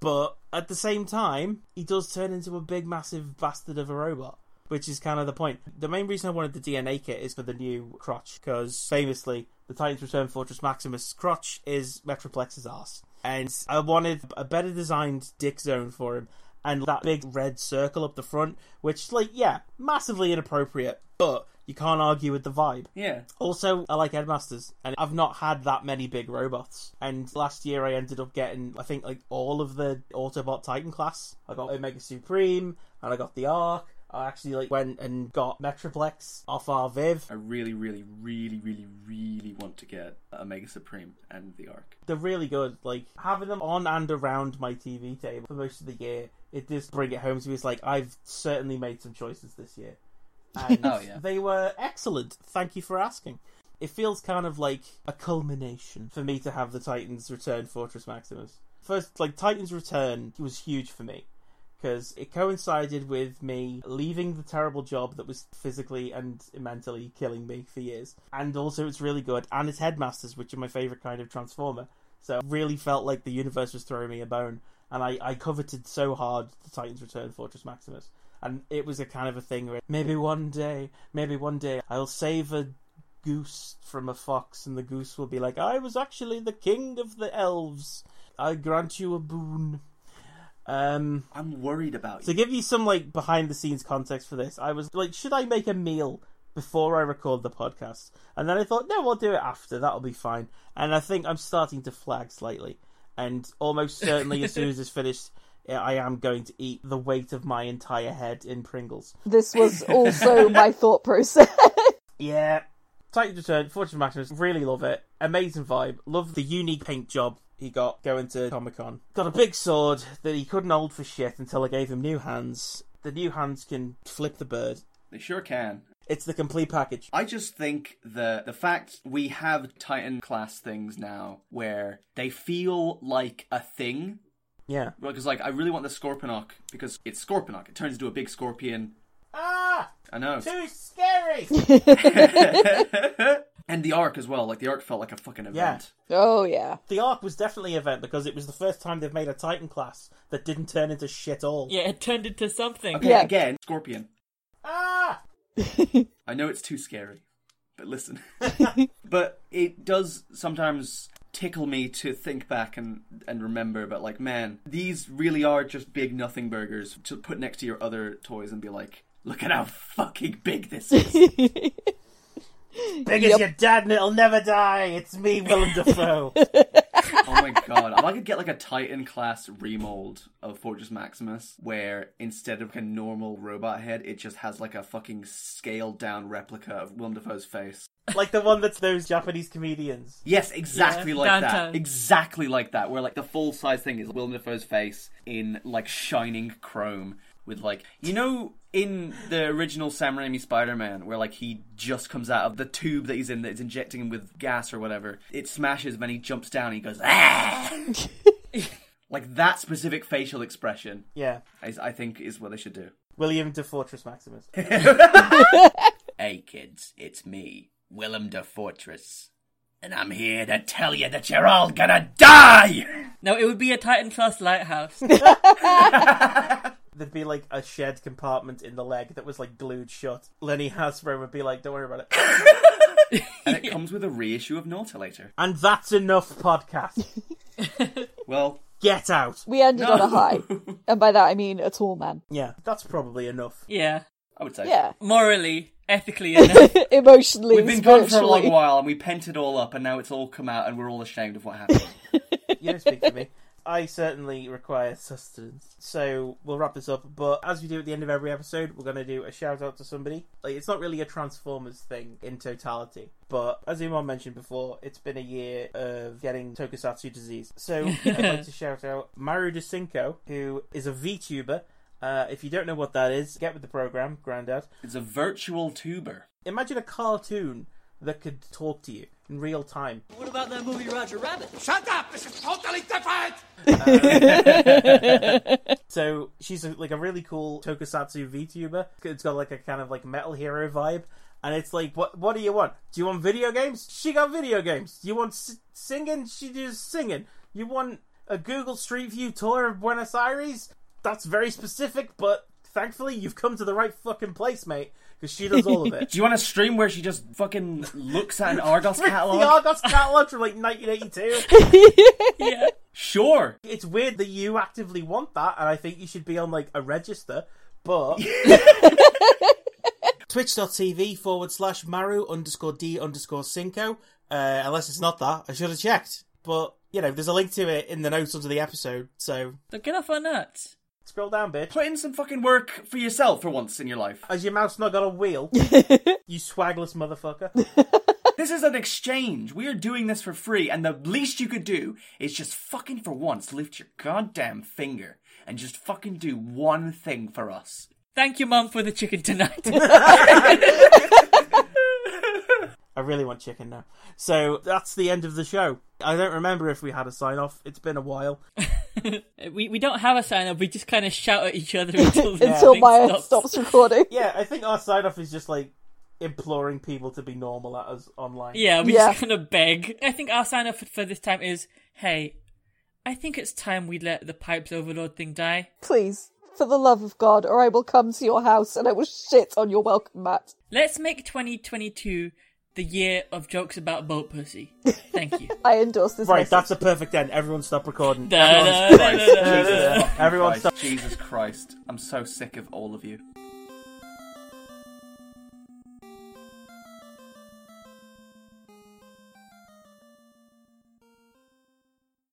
Speaker 1: But at the same time, he does turn into a big, massive bastard of a robot, which is kind of the point. The main reason I wanted the DNA kit is for the new crotch, because famously, the Titans Return Fortress Maximus crotch is Metroplex's ass. And I wanted a better designed dick zone for him, and that big red circle up the front, which, like, yeah, massively inappropriate, but you can't argue with the vibe.
Speaker 2: Yeah,
Speaker 1: Also, I like Headmasters, and I've not had that many big robots. And last year, I ended up getting, I think, like all of the Autobot Titan class. I got Omega Supreme, and I got the Ark. I actually like went and got Metroplex off our Viv.
Speaker 2: I really, really, really, really, really want to get Omega Supreme and the Arc.
Speaker 1: They're really good. Like having them on and around my TV table for most of the year, it does bring it home to me. It's like I've certainly made some choices this year.
Speaker 2: *laughs*
Speaker 1: And
Speaker 2: Oh, yeah.
Speaker 1: They were excellent. Thank you for asking. It feels kind of like a culmination for me to have the Titans return Fortress Maximus. First, like Titans return was huge for me because it coincided with me leaving the terrible job that was physically and mentally killing me for years. And also, it's really good, and it's Headmasters, which are my favourite kind of Transformer. So I really felt like the universe was throwing me a bone, and I, I coveted so hard the Titans Return Fortress Maximus. And it was a kind of a thing where maybe one day, maybe one day, I'll save a goose from a fox, and the goose will be like, I was actually the king of the elves. I grant you a boon. Um,
Speaker 2: I'm worried about
Speaker 1: to
Speaker 2: you.
Speaker 1: give you some like behind the scenes context for this, I was like, should I make a meal before I record the podcast? And then I thought, no, I'll do it after. That'll be fine. And I think I'm starting to flag slightly, and almost certainly as soon as it's finished, eh, I am going to eat the weight of my entire head in Pringles.
Speaker 3: This was also my thought process.
Speaker 1: Yeah. Titan Return, Fortune Maximus, really love it. Amazing vibe. Love the unique paint job he got going to Comic Con. Got a big sword that he couldn't hold for shit until I gave him new hands. The new hands can flip the bird.
Speaker 2: They sure can.
Speaker 1: It's the complete package.
Speaker 2: I just think the the fact we have Titan class things now where they feel like a thing.
Speaker 1: Yeah.
Speaker 2: Because like I really want the Scorponok because it's Scorponok. It turns into a big scorpion.
Speaker 1: Ah!
Speaker 2: I know.
Speaker 1: Too scary!
Speaker 2: and the arc as well. Like the arc felt like a fucking event.
Speaker 1: Yeah.
Speaker 3: *laughs* Oh yeah.
Speaker 1: *laughs* the arc was definitely an event because it was the first time they've made a Titan class that didn't turn into shit all.
Speaker 4: Yeah, it turned into something.
Speaker 2: Okay,
Speaker 3: Yeah.
Speaker 2: again, Scorpion.
Speaker 1: Ah!
Speaker 2: I know it's too scary, but listen. *laughs* but it does sometimes tickle me to think back and and remember. But like, man, these really are just big nothing burgers to put next to your other toys and be like, look at how fucking big this is.
Speaker 1: Big
Speaker 3: Yep.
Speaker 1: as your dad and it'll never die! It's me, Willem Dafoe!
Speaker 2: oh my god! If I could get like a Titan class remold of Fortress Maximus, where instead of like a normal robot head, it just has like a fucking scaled down replica of Willem Dafoe's face.
Speaker 1: like the one that's those Japanese comedians.
Speaker 2: Yes, exactly
Speaker 4: Yeah,
Speaker 2: like
Speaker 4: downtown.
Speaker 2: that. Exactly like that. Where like the full size thing is Willem Dafoe's face in like shining chrome with like you know in the original Sam Raimi Spider-Man where like he just comes out of the tube that he's in that's injecting him with gas or whatever. It smashes and then he jumps down and he goes
Speaker 4: *laughs*
Speaker 2: ah. like that specific facial expression
Speaker 1: Yeah.
Speaker 2: is I think is what they should do.
Speaker 1: William to Fortress Maximus.
Speaker 2: Hey kids, it's me, Willem de Fortress, and I'm here to tell you that you're all gonna die.
Speaker 4: No, it would be a Titan class lighthouse.
Speaker 1: There'd be like a shed compartment in the leg that was like glued shut. Lenny Hasbro would be like, don't worry about it.
Speaker 2: and it comes with a reissue of Nautilator.
Speaker 1: And that's enough podcast.
Speaker 2: Well,
Speaker 1: Get out.
Speaker 3: We ended on
Speaker 2: *laughs*
Speaker 3: a high, and by that I mean a tall man.
Speaker 1: Yeah, that's probably enough.
Speaker 4: yeah.
Speaker 2: I would say.
Speaker 3: Yeah. *laughs*
Speaker 4: Morally, ethically enough.
Speaker 3: Emotionally,
Speaker 2: We've been gone for a long
Speaker 3: spiritually.
Speaker 2: while and we pent it all up and now it's all come out and we're all ashamed of what happened.
Speaker 1: *laughs* You don't speak for me. *laughs* I certainly require sustenance. So we'll wrap this up. But as we do at the end of every episode, we're going to do a shout out to somebody. Like, it's not really a Transformers thing in totality. But as Iman mentioned before, it's been a year of getting Tokusatsu disease. *laughs* So I'd like to shout out Maru DeCinco, who is a VTuber. Uh, if you don't know what that is, get with the program, Grandad.
Speaker 2: it's a virtual tuber.
Speaker 1: Imagine a cartoon that could talk to you in real time.
Speaker 5: What about that movie Roger Rabbit?
Speaker 6: Shut up! This is totally different!
Speaker 1: So she's a, like a really cool tokusatsu VTuber. It's got like a kind of like metal hero vibe, and it's like, what what do you want? Do you want video games? She got video games. You want s- singing? She does singing. You want a Google Street View tour of Buenos Aires? That's very specific, but thankfully you've come to the right fucking place, mate. Because she does all of it.
Speaker 2: *laughs* Do you want a stream where she just fucking
Speaker 1: *laughs*
Speaker 2: looks at an Argos
Speaker 1: The
Speaker 2: catalog?
Speaker 1: Argos oh, catalog from like 1982.
Speaker 4: *laughs* yeah.
Speaker 2: Sure.
Speaker 1: It's weird that you actively want that, and I think you should be on like a register. *laughs* But twitch.tv forward slash maru underscore d underscore cinco. Uh, unless it's not that, I should have checked. But you know, there's a link to it in the notes under the episode. So
Speaker 4: So get off our nuts.
Speaker 1: scroll down, bitch.
Speaker 2: Put in some fucking work for yourself for once in
Speaker 1: *laughs*
Speaker 2: your life.
Speaker 1: Has your mouse not got a *laughs* wheel? you swagless motherfucker.
Speaker 2: This is an exchange. We are doing this for free, and the least you could do is just fucking for once lift your goddamn finger and just fucking do one thing for us.
Speaker 4: Thank you, Mum, for the chicken tonight. Uh,
Speaker 1: I really want chicken now. So that's the end of the show. I don't remember if we had a sign off. It's been a while.
Speaker 4: we we don't have a sign up. We just kind of shout at each other until the
Speaker 3: until
Speaker 4: thing
Speaker 3: Maya
Speaker 4: stops.
Speaker 3: stops recording. *laughs*
Speaker 1: Yeah, I think our sign off is just like imploring people to be normal at us online.
Speaker 4: Yeah, we
Speaker 3: Yeah.
Speaker 4: just kind of beg. I think our sign up for, for this time is, hey, I think it's time we let the pipes overlord thing die.
Speaker 3: Please, for the love of God, or I will come to your house and I will shit on your welcome mat.
Speaker 4: Let's make 2022 the year of jokes about boat pussy. Thank you.
Speaker 3: I endorse this.
Speaker 1: Right,
Speaker 3: message.
Speaker 1: that's a perfect end. Everyone stop recording.
Speaker 2: *laughs*
Speaker 4: Da, da, da, da,
Speaker 2: Christ,
Speaker 4: da.
Speaker 2: Jesus fucking
Speaker 1: Everyone
Speaker 2: Christ,
Speaker 1: stop-
Speaker 2: Jesus Christ. I'm so sick of all of you.